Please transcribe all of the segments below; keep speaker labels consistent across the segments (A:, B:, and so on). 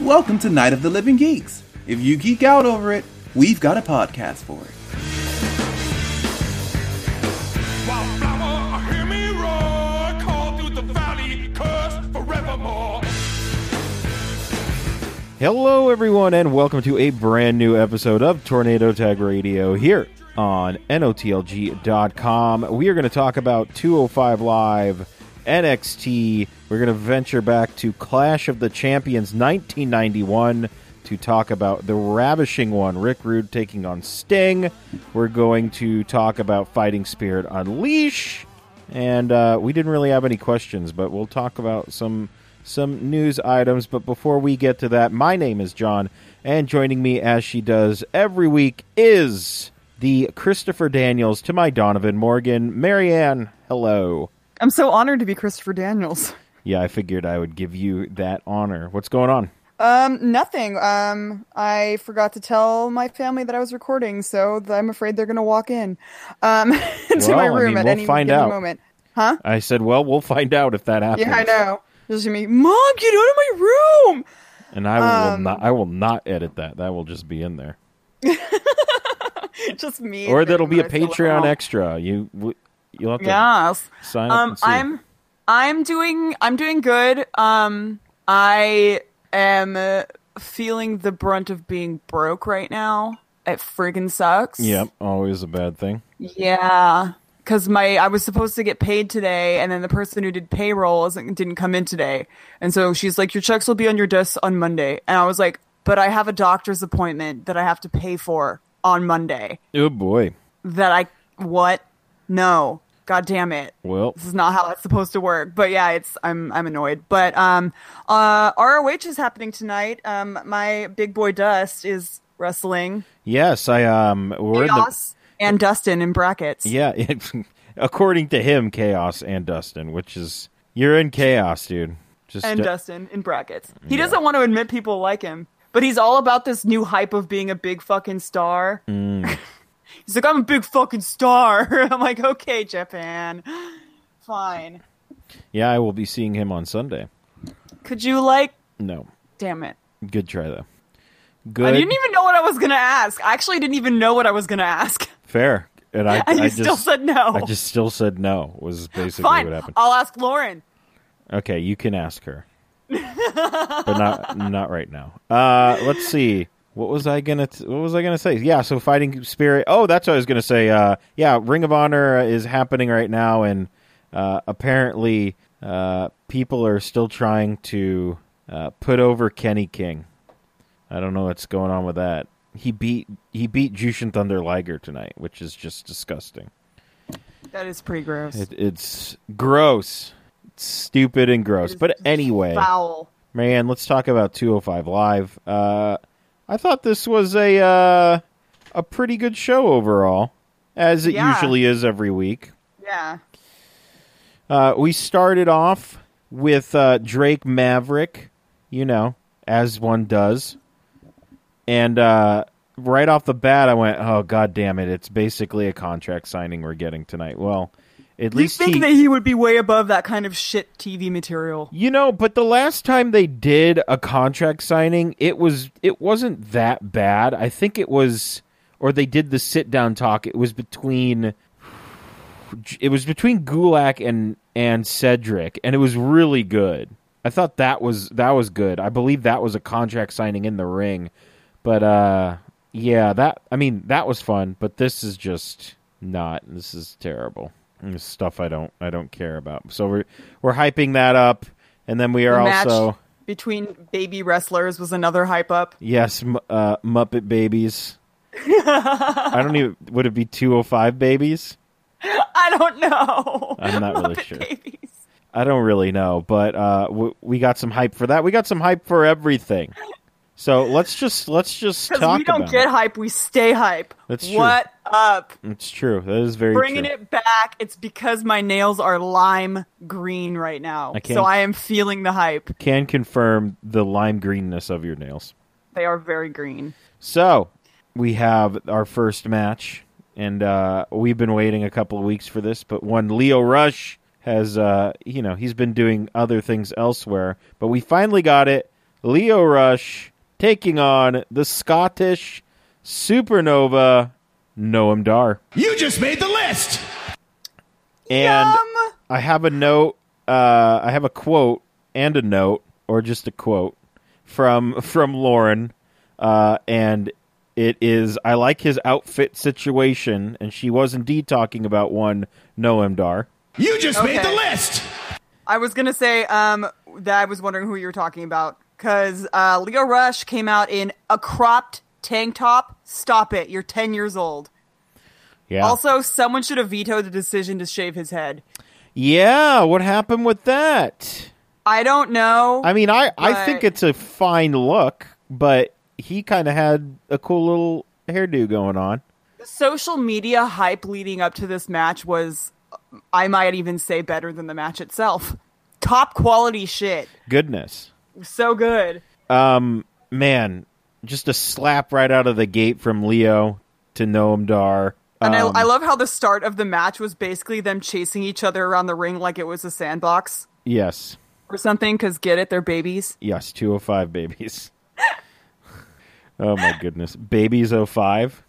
A: welcome to Night of the Living Geeks. If you geek out over it, we've got a podcast for it.
B: Wildflower, hear me roar, call through the valley, curse forevermore.
C: Hello, everyone, and welcome to a brand new episode of Tornado Tag Radio here on NOTLG.com. We are going to talk about 205 Live, NXT. We're going to venture back to Clash of the Champions 1991 to talk about the ravishing one, Rick Rude taking on Sting. We're going to talk about Fighting Spirit Unleash. And uh, we didn't really have any questions, but we'll talk about some some news items. But before we get to that, my name is John, and joining me as she does every week is the Christopher Daniels to my Donovan Morgan, Marianne. Hello.
D: I'm so honored to be Christopher Daniels.
C: Yeah, I figured I would give you that honor. What's going on?
D: Um, nothing. Um, I forgot to tell my family that I was recording, so th- I'm afraid they're gonna walk in, um, into
C: Well, I
D: my room
C: mean,
D: at
C: we'll
D: any
C: find
D: given
C: out.
D: moment. Huh?
C: I said, well, we'll find out if that happens.
D: Yeah, I know. Just me, mom, get out of my room.
C: And I will
D: Um,
C: not. I will not edit that. That will just be in there,
D: Just me.
C: or
D: and
C: that'll be a
D: myself at
C: Patreon
D: home.
C: extra. You w- you'll have to
D: Yes.
C: sign up.
D: Um,
C: and see.
D: I'm, I'm doing, I'm doing good. Um, I am uh, feeling the brunt of being broke right now. It friggin' sucks.
C: Yep, always a bad thing.
D: Yeah, because my I was supposed to get paid today, and then the person who did payroll isn't, didn't come in today, and so she's like, "Your checks will be on your desk on Monday," and I was like, "But I have a doctor's appointment that I have to pay for on Monday.
C: Oh boy.
D: That I what? No, god damn it."
C: Well,
D: This is not how that's supposed to work, but yeah, it's I'm I'm annoyed. But um, uh, ROH is happening tonight. Um, my big boy Dust is wrestling
C: yes, I um. We're in the,
D: Chaos and Dustin in brackets.
C: Yeah, it, according to him, chaos and Dustin, which is you're in chaos, dude. Just
D: and
C: uh,
D: Dustin in brackets. He doesn't want to admit people like him, but he's all about this new hype of being a big fucking star.
C: Mm.
D: he's like, I'm a big fucking star. I'm like, okay, Japan, fine.
C: yeah, I will be seeing him on Sunday.
D: Could you like?
C: No,
D: Damn it.
C: good try though. Good,
D: I didn't even know what I was gonna ask. I actually didn't even know what I was gonna ask,
C: fair, and I,
D: and
C: I
D: you
C: just
D: still said no.
C: I just still said no. Was basically what
D: Fine,
C: happened.
D: I'll ask Lauren.
C: Okay, you can ask her, but not not right now. Uh, let's see. What was I gonna t- What was I gonna say? Yeah, so fighting spirit. Oh, that's what I was gonna say. Uh, yeah, Ring of Honor is happening right now, and uh, apparently, uh, people are still trying to uh, put over Kenny King. I don't know what's going on with that. He beat he beat Jushin Thunder Liger tonight, which is just disgusting.
D: That is pretty gross.
C: It, it's gross, It's stupid, and gross.
D: It's
C: But anyway,
D: Foul.
C: Man, let's talk about 205 Live. Uh, I thought this was a uh, a pretty good show overall, as it
D: Yeah.
C: usually is every week.
D: Yeah.
C: Uh, we started off with uh, Drake Maverick, you know, as one does, and uh, right off the bat, I went, "Oh God damn it! It's basically a contract signing we're getting tonight." Well, at
D: You
C: least
D: think
C: he-
D: that he would be way above that kind of shit TV material?
C: You know, but the last time they did a contract signing, it was it wasn't that bad. I think it was or they did the sit down talk. It was between it was between Gulak and and Cedric and it was really good. I thought that was that was good. I believe that was a contract signing in the ring. But uh yeah, that I mean, that was fun, but this is just not. This is terrible. This is stuff I don't I don't care about. So we're we're hyping that up and then we are
D: the match
C: also
D: between baby wrestlers was another hype up.
C: yes, m- uh Muppet Babies. I don't even would it be 205 babies?
D: I don't know.
C: I'm not really
D: Muppet
C: sure.
D: Babies.
C: I don't really know, but uh, w- we got some hype for that. We got some hype for everything. So let's just let's just
D: Because
C: talk
D: we don't
C: about
D: get
C: it.
D: hype, we stay hype.
C: That's true.
D: What up?
C: It's true. That is very
D: Bringing
C: true.
D: it back. It's because my nails are lime green right now.
C: I can't-
D: So I am feeling the hype.
C: Can confirm the lime greenness of your nails.
D: They are very green.
C: So we have our first match, and uh, we've been waiting a couple of weeks for this. But one Leo Rush has, uh, you know, he's been doing other things elsewhere, but we finally got it. Leo Rush taking on the Scottish supernova Noam Dar.
E: You just made the list.
C: And I have a note. Uh, I have a quote and a note, or just a quote from from Lauren, uh, and it is I like his outfit situation, and she was indeed talking about one Noam Dar.
E: You just made the
D: Okay.
E: list.
D: I was gonna say um, that I was wondering who you were talking about because uh, Leo Rush came out in a cropped tank top. Stop it! You're ten years old.
C: Yeah.
D: Also, someone should have vetoed the decision to shave his head.
C: yeah. What happened with that?
D: I don't know.
C: I mean, I, I think
D: But-
C: it's a fine look, but he kind of had a cool little hairdo going on.
D: Social media hype leading up to this match was, I might even say, better than the match itself. Top quality shit.
C: Goodness.
D: So good.
C: Man, just a slap right out of the gate from Leo to Noam Dar.
D: And
C: Um,
D: I, I love how the start of the match was basically them chasing each other around the ring like it was a sandbox
C: yes.
D: or something. Because get it, they're babies.
C: Yes, 205 babies. oh my goodness. Babies 05?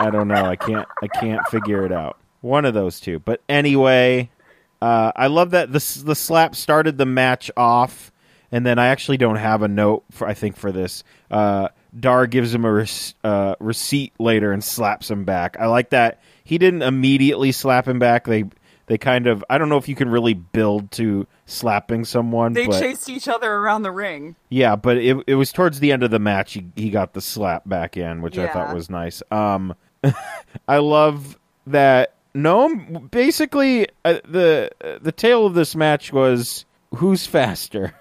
C: I don't know. I can't I can't figure it out. One of those two. But anyway, uh, I love that the s- the slap started the match off and then I actually don't have a note for I think for this. Uh Dar gives him a res- uh, receipt later and slaps him back. I like that he didn't immediately slap him back. They they kind of I don't know if you can really build to slapping someone.
D: They
C: but...
D: chased each other around the ring.
C: Yeah, but it it was towards the end of the match he, he got the slap back in, which I
D: Yeah.
C: thought was nice. Um, I love that Noam. Basically, uh, the uh, the tale of this match was who's faster.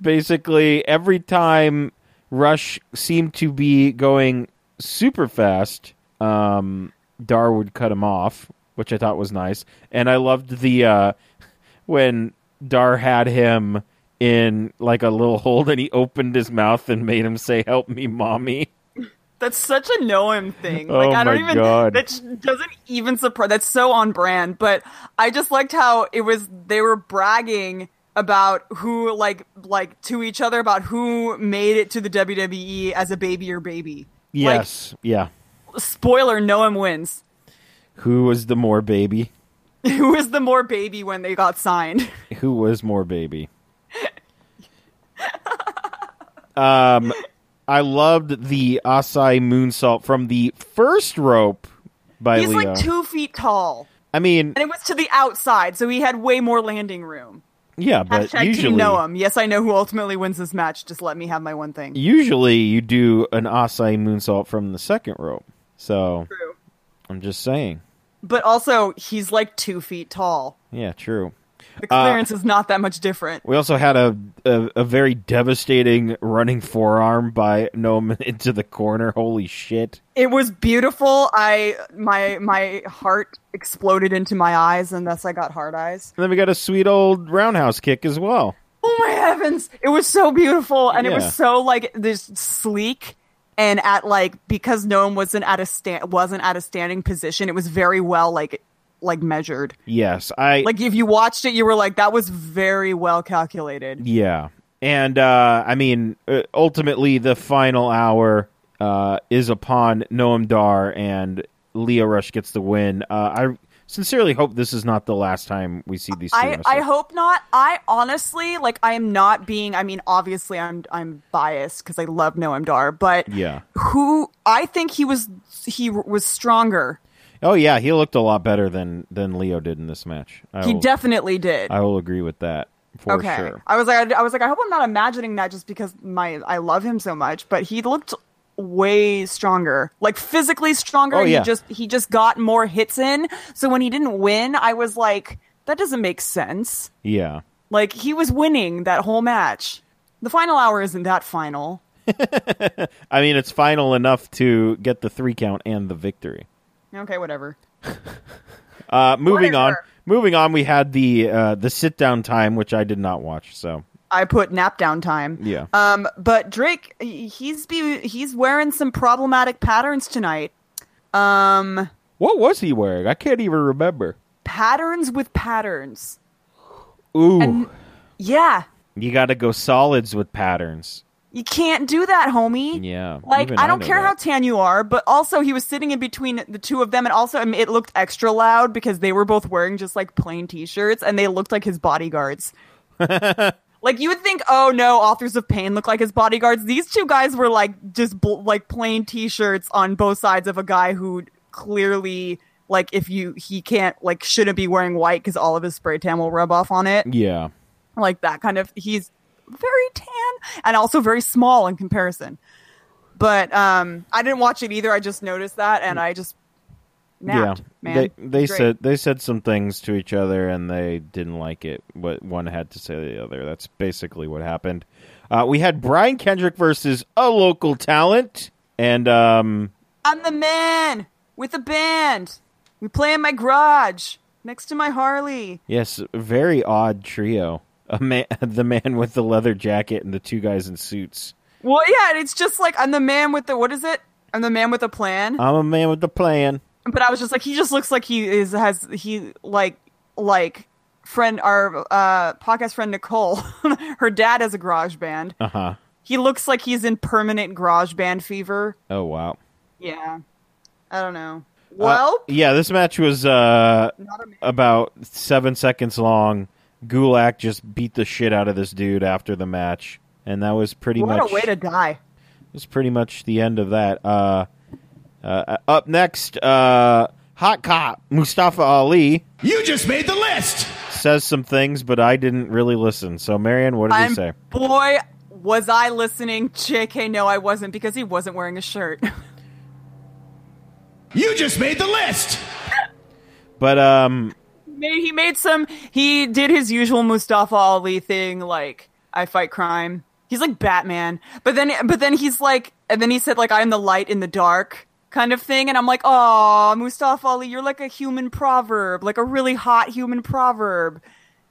C: basically, every time Rush seemed to be going super fast, um, Dar would cut him off, which I thought was nice, and I loved the. Uh, when Dar had him in like a little hold and he opened his mouth and made him say, Help me, mommy.
D: That's such a Noam thing.
C: Oh
D: Like I don't
C: my
D: even
C: God.
D: that sh- doesn't even surprise. That's so on brand. But I just liked how it was. They were bragging about who like like to each other about who made it to the WWE as a baby or baby.
C: Yes. yeah.
D: Like, spoiler: Noam wins.
C: Who was the more baby?
D: Who was the more baby when they got signed?
C: Who was more baby? um, I loved the Asai moonsault from the first rope by
D: He's
C: Leo.
D: like two feet tall,
C: I mean,
D: and it was to the outside, so he had way more landing room.
C: yeah, but
D: Hashtag
C: usually
D: Team Noam. Yes, I know who ultimately wins this match. Just let me have my one thing.
C: usually you do an Asai moonsault from the second rope. So
D: True.
C: I'm just saying.
D: But also, he's like two feet tall.
C: Yeah, true.
D: The clearance is not that much different.
C: We also had a, a a very devastating running forearm by Noam into the corner. Holy shit!
D: It was beautiful. I my my heart exploded into my eyes, and thus I got hard eyes.
C: And then we got a sweet old roundhouse kick as well.
D: Oh my heavens! It was so beautiful, and it
C: Yeah.
D: was so like this sleek and at like because Noam wasn't at a stand wasn't at a standing position. It was very well like like measured.
C: Yes, I
D: Like if you watched it, you were like that was very well calculated.
C: yeah. And uh, I mean, uh, ultimately, the final hour uh, is upon Noam Dar, and Leo Rush gets the win. Uh, I sincerely hope this is not the last time we see these two.
D: I,
C: wrestle.
D: I hope not. I honestly like I am not being I mean obviously I'm I'm biased because I love Noam Dar, but
C: Yeah.
D: who I think he was he was stronger.
C: Oh yeah, he looked a lot better than than Leo did in this match. I
D: He
C: will,
D: definitely did.
C: I will agree with that Oh. Uh, for
D: okay.
C: sure.
D: I was like I, I was like I hope I'm not imagining that just because my I love him so much, but he looked way stronger. Like physically stronger.
C: Oh,
D: and
C: yeah.
D: He just he just got more hits in. So when he didn't win, I was like that doesn't make sense.
C: Yeah.
D: Like he was winning that whole match. The final hour isn't that final.
C: I mean, it's final enough to get the three count and the victory.
D: Okay, whatever.
C: Uh, moving on,
D: Whatever.
C: moving on. We had the uh, the sit down time, which I did not watch. So
D: I put nap down time.
C: Yeah.
D: Um, but Drake, he- he's be he's wearing some problematic patterns tonight. Um,
C: what was he wearing? I can't even remember.
D: patterns with patterns.
C: Ooh,
D: Yeah,
C: You got to go solids with patterns.
D: You can't do that, homie.
C: Yeah,
D: Like,
C: even
D: I
C: I
D: don't
C: know
D: care
C: that.
D: how tan you are, but also he was sitting in between the two of them, and also I mean, it looked extra loud because they were both wearing just like plain t shirts and they looked like his bodyguards. like, you would think, oh no, authors of pain look like his bodyguards. These two guys were like just bl- like plain t shirts on both sides of a guy who clearly. Like if you he can't like shouldn't be wearing white because all of his spray tan will rub off on it
C: Yeah.
D: like that kind of he's very tan and also very small in comparison but um i didn't watch it either i just noticed that and i just napped,
C: yeah.
D: man
C: They they
D: Great.
C: said they said some things to each other and they didn't like it. What one had to say to the other. That's basically what happened. Uh, we had Brian Kendrick versus a local talent, and um,
D: i'm the man with a band we play in my garage next to my harley
C: yes, very odd trio. A man, the man with the leather jacket and the two guys in suits.
D: well yeah and it's just like i'm the man with the what is it i'm the man with a plan
C: I'm a man with a plan.
D: but i was just like he just looks like he is has he like like friend our uh podcast friend nicole her dad has a garage band
C: Uh huh.
D: He looks like he's in permanent garage band fever.
C: Oh wow.
D: Yeah. I don't know. Well,
C: Uh, yeah, this match was uh,
D: not a man.
C: about seven seconds long. Gulak just beat the shit out of this dude after the match, and that was pretty
D: what
C: much
D: a way to die.
C: was pretty much the end of that. Uh, uh, up next, uh, hot cop Mustafa Ali
E: You just made the list.
C: says some things, but I didn't really listen. So, Marion, what did
D: I'm
C: he say?
D: boy was I listening. JK no I wasn't because he wasn't wearing a shirt.
E: You just made the list.
C: But um,
D: made he made some he did his usual Mustafa Ali thing like I fight crime. He's like Batman. But then but then he's like and then he said like I'm the light in the dark kind of thing and I'm like, "Oh, Mustafa Ali, you're like a human proverb, like a really hot human proverb."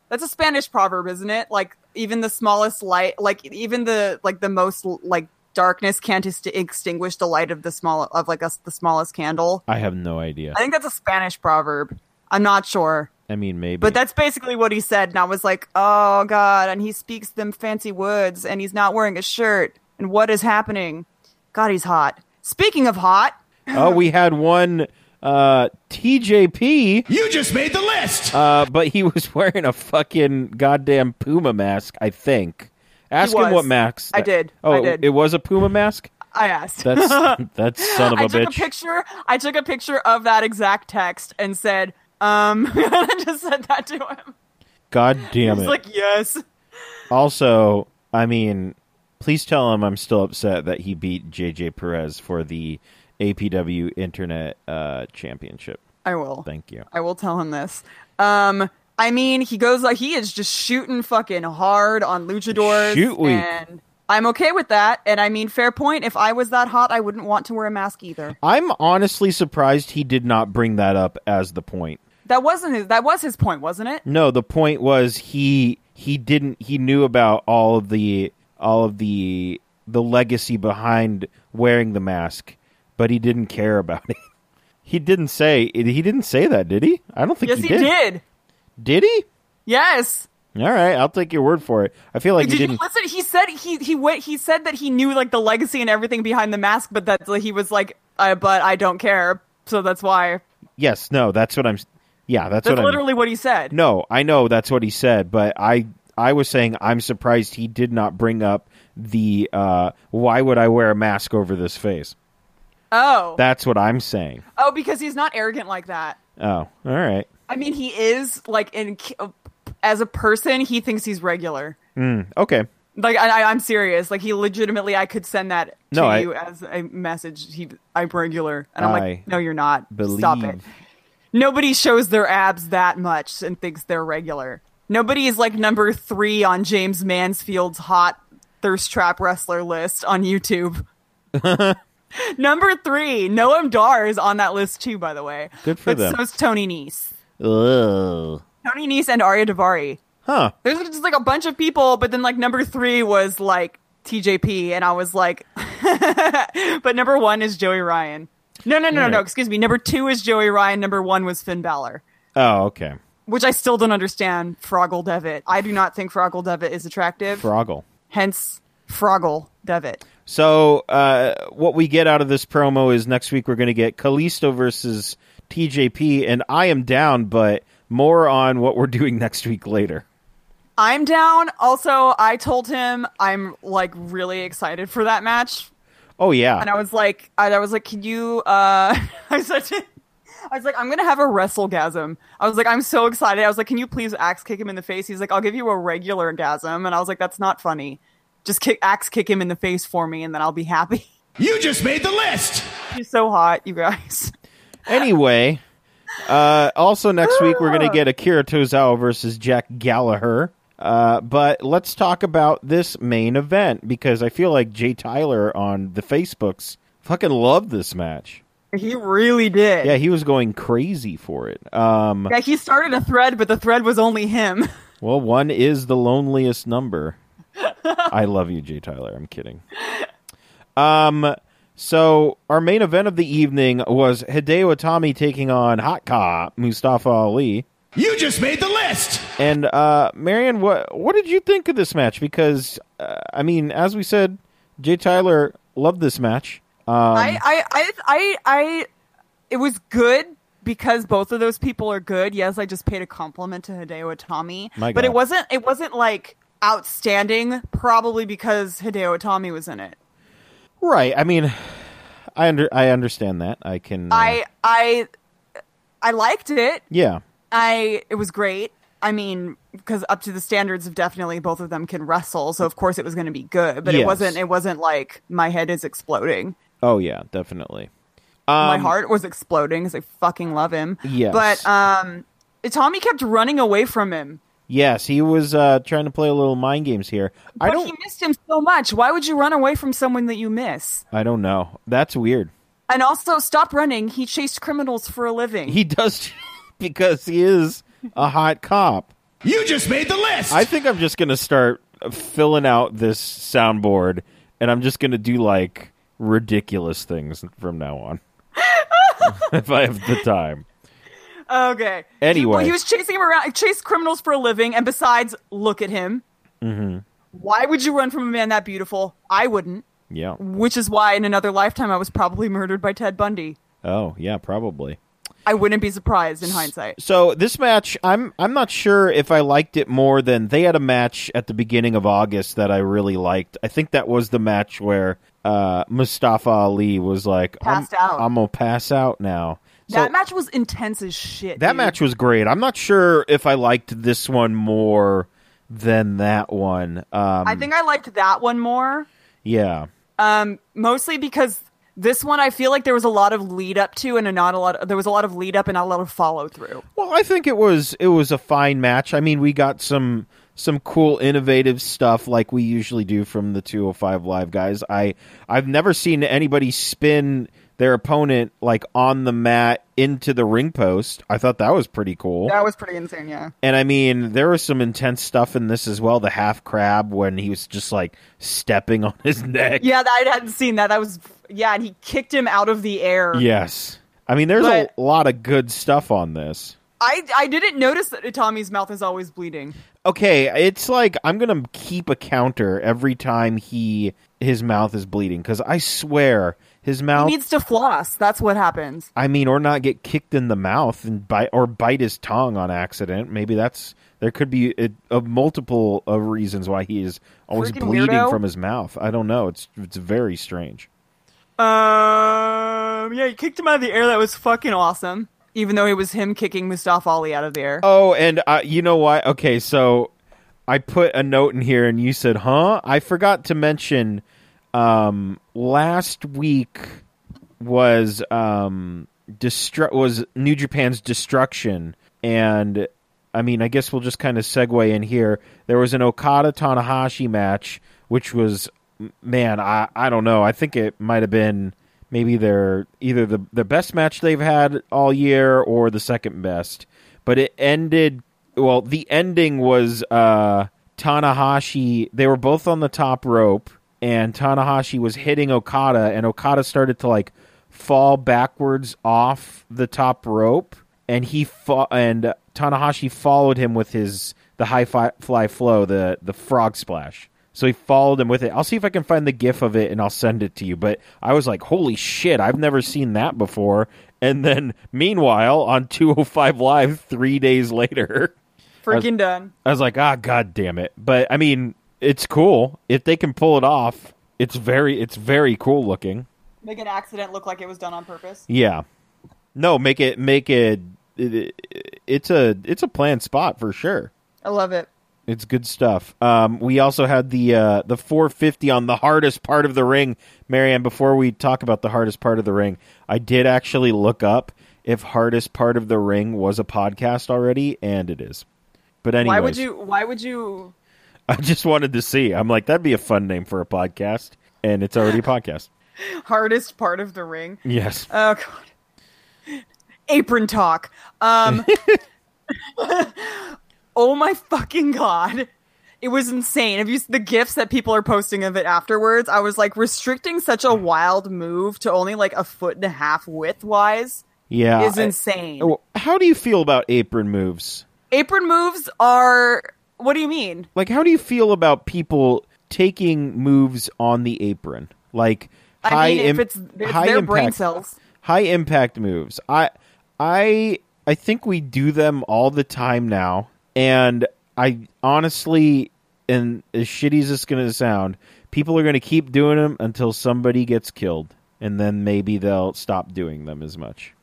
D: That's a Spanish proverb, isn't it? Like even the smallest light, like even the like the most like darkness can't ex- extinguish the light of the small of like us the smallest candle.
C: I have no idea.
D: I think that's a Spanish proverb. I'm not sure.
C: I mean, maybe.
D: But that's basically what he said, and I was like, "Oh God!" And he speaks them fancy words, and he's not wearing a shirt. And what is happening? God, he's hot. Speaking of hot,
C: oh, we had one uh, TJP.
E: You just made the list.
C: Uh, but he was wearing a fucking goddamn Puma mask, I think. Ask him
D: was.
C: what mask.
D: I did.
C: Oh,
D: I did.
C: It, it was a Puma mask.
D: I asked.
C: That's that son of a
D: I took
C: bitch.
D: a picture. I took a picture of that exact text and said, "Um," and I just said that to him.
C: God damn
D: He's
C: it!
D: like, "Yes."
C: also, I mean, please tell him I'm still upset that he beat JJ Perez for the APW Internet uh, Championship.
D: I will.
C: Thank you.
D: I will tell him this. Um, I mean, he goes like he is just shooting fucking hard on luchadors.
C: Shoot week.
D: And I'm okay with that. And I mean, fair point. If I was that hot, I wouldn't want to wear a mask either.
C: I'm honestly surprised he did not bring that up as the point.
D: That wasn't his. That was his point, wasn't it?
C: No, the point was he he didn't he knew about all of the all of the the legacy behind wearing the mask, but he didn't care about it. He didn't say he didn't say that, did he? I don't think
D: Yes,
C: he,
D: he did.
C: Did he?
D: Yes.
C: All right, I'll take your word for it. I feel like
D: Did
C: he
D: you
C: didn't.
D: listen? He said he he went. He said that he knew like the legacy and everything behind the mask, but that like, he was like, I, but I don't care. So that's why.
C: Yes, no, that's what I'm. s- Yeah, that's,
D: That's
C: what I'm.
D: literally what he said.
C: No, I know that's what he said, but I I was saying I'm surprised he did not bring up the uh, why would I wear a mask over this face.
D: Oh.
C: That's what I'm saying.
D: oh, because he's not arrogant like that.
C: Oh, all right.
D: I mean, he is like in uh, as a person, he thinks he's regular.
C: Okay.
D: Like I, I- I'm serious. Like he legitimately, I could send that to
C: No, I-
D: you as a message. He, I'm regular, and I'm
C: I
D: like, no, you're not.
C: believe-
D: Stop it. Nobody shows their abs that much and thinks they're regular. Nobody is like number three on James Mansfield's hot thirst trap wrestler list on YouTube. number three, Noam Dar is on that list too, by the way.
C: Good for
D: but
C: them.
D: So is Tony Nese.
C: Ugh.
D: Tony Nese and Arya Davari.
C: Huh.
D: There's just like a bunch of people, but then like number three was like TJP, and I was like, but number one is Joey Ryan. No, no, no, no, no. Excuse me. Number two is Joey Ryan. Number one was Finn Balor.
C: Oh, okay.
D: which I still don't understand. Froggle Devitt. I do not think Froggle Devitt is attractive.
C: Froggle.
D: hence, Froggle Devitt.
C: So uh, what we get out of this promo is next week we're going to get Kalisto versus TJP, and I am down, but more on what we're doing next week later.
D: I'm down. Also, I told him I'm like really excited for that match
C: Oh yeah,
D: and I was like, I, I was like, can you? Uh, I said, to- I was like, I'm gonna have a wrestlegasm. I was like, I'm so excited. I was like, can you please axe kick him in the face? He's like, I'll give you a regular gasm, and I was like, that's not funny. Just kick axe kick him in the face for me, and then I'll be happy.
E: You just made the list.
D: You're so hot, you guys.
C: anyway, uh, also next week we're going to get Akira Tozawa versus Jack Gallagher. Uh, but let's talk about this main event because I feel like Jay Tyler on the Facebooks fucking loved this match.
D: He really did.
C: Yeah, he was going crazy for it. Um,
D: Yeah, he started a thread, but the thread was only him.
C: well, one is the loneliest number. I love you, Jay Tyler. I'm kidding. Um, so our main event of the evening was Hideo Itami taking on Hot Ka Mustafa Ali.
E: You just made the list.
C: And uh, Marion, what what did you think of this match? Because uh, I mean, as we said, Jay Tyler loved this match. Um,
D: I, I, I, I, I, it was good because both of those people are good. Yes, I just paid a compliment to Hideo Itami,
C: My
D: but
C: God.
D: it wasn't, it wasn't like outstanding. Probably because Hideo Itami was in it.
C: right. I mean, I under I understand that. I can. uh,
D: I, I, I liked it.
C: yeah.
D: I, it was great. I mean, because up to the standards of definitely both of them can wrestle, so of course it was going to be good. But
C: Yes.
D: it wasn't. It wasn't like my head is exploding.
C: Oh yeah, definitely.
D: my heart was exploding because I fucking love him.
C: Um, Yes.
D: But um, Tommy kept running away from him.
C: Yes, he was uh, trying to play a little mind games here. I
D: But
C: don't.
D: He missed him so much. Why would you run away from someone that you miss?
C: I don't know. That's weird.
D: And also, stop running. He chased criminals for a living.
C: He does because he is a hot cop.
E: You just made the list.
C: I think I'm just gonna start filling out this soundboard, and I'm just gonna do like ridiculous things from now on, if I have the time.
D: okay.
C: Anyway.
D: he, he was chasing him around. Chased criminals for a living. And besides, look at him.
C: Mm-hmm.
D: Why would you run from a man that beautiful? I wouldn't.
C: Yeah.
D: Which is why, in another lifetime, I was probably murdered by Ted Bundy.
C: Oh, yeah, probably.
D: I wouldn't be surprised in hindsight.
C: So this match, I'm I'm not sure if I liked it more than they had a match at the beginning of August that I really liked. I think that was the match where uh, Mustafa Ali was like,
D: Passed
C: I'm,
D: out.
C: I'm gonna pass out now." So-
D: that match was intense as shit.
C: That
D: dude.
C: match was great. I'm not sure if I liked this one more than that one. Um,
D: I think I liked that one more,
C: yeah,
D: mostly because this one I feel like there was a lot of lead up to and a not a lot. There was a lot of lead up and not a lot of follow through.
C: Well, I think it was it was a fine match. I mean, we got some some cool innovative stuff like we usually do from the 205 live guys. I I've never seen anybody spin their opponent like on the mat into the ring post. I thought that was pretty cool.
D: That was pretty insane. Yeah,
C: And I mean, there was some intense stuff in this as well. The half crab when he was just like stepping on his neck.
D: yeah, that, I hadn't seen that. That was yeah, and he kicked him out of the air.
C: Yes. I mean, there's
D: But-
C: a lot of good stuff on this.
D: I I didn't notice that Itami's mouth is always bleeding.
C: Okay, it's like I'm gonna keep a counter every time he his mouth is bleeding because I swear his
D: He
C: mouth.
D: needs to floss. That's what happens.
C: I mean, or not get kicked in the mouth and bite or bite his tongue on accident. Maybe that's there could be a, a multiple of reasons why he is always
D: Freaking
C: bleeding
D: weirdo.
C: from his mouth. I don't know. It's it's very strange.
D: Um, yeah, he kicked him out of the air. That was fucking awesome. Even though it was him kicking Mustafa Ali out of the air.
C: Oh, and uh, you know what? Okay, so I put a note in here, and you said, "Huh?" I forgot to mention um, last week was um, destru- was New Japan's destruction, and I mean, I guess we'll just kind of segue in here. There was an Okada Tanahashi match, which was m- man, I I don't know. I think it might have been maybe their either the the best match they've had all year or the second best. But it ended well. The ending was uh, Tanahashi. They were both on the top rope, and Tanahashi was hitting Okada, and Okada started to like fall backwards off the top rope and he fo- and Tanahashi followed him with his the high fi- fly flow, the the frog splash. So he followed him with it. I'll see if I can find the gif of it and I'll send it to you. But I was like, "Holy shit, I've never seen that before." And then meanwhile, on 205 live 3 days later,
D: Freaking done.
C: I was like, "Ah, god damn it." But I mean, it's cool. If they can pull it off, it's very it's very cool looking.
D: Make an accident look like it was done on purpose.
C: Yeah. No, make it make it, it, it- it's a it's a planned spot for sure.
D: I love it.
C: It's good stuff. Um, we also had the uh, the 450 on the hardest part of the ring, Marianne. Before we talk about the hardest part of the ring, I did actually look up if hardest part of the ring was a podcast already, and it is. But anyways,
D: Why would you? Why would you?
C: I just wanted to see. I'm like, that'd be a fun name for a podcast, and it's already a podcast.
D: Hardest part of the ring.
C: Yes.
D: Oh god. Apron talk. Um Oh my fucking god. It was insane. Have you s- the gifs that people are posting of it afterwards? I was like restricting such a wild move to only like a foot and a half width wise
C: yeah.
D: is insane.
C: I- Oh. how do you feel about apron moves?
D: Apron moves are what do you mean?
C: like how do you feel about people taking moves on the apron like
D: I
C: high
D: mean,
C: im-
D: if it's, it's
C: high
D: their
C: impact,
D: brain cells.
C: high impact moves i i i think we do them all the time now and i honestly and as shitty as it's going to sound people are going to keep doing them until somebody gets killed and then maybe they'll stop doing them as much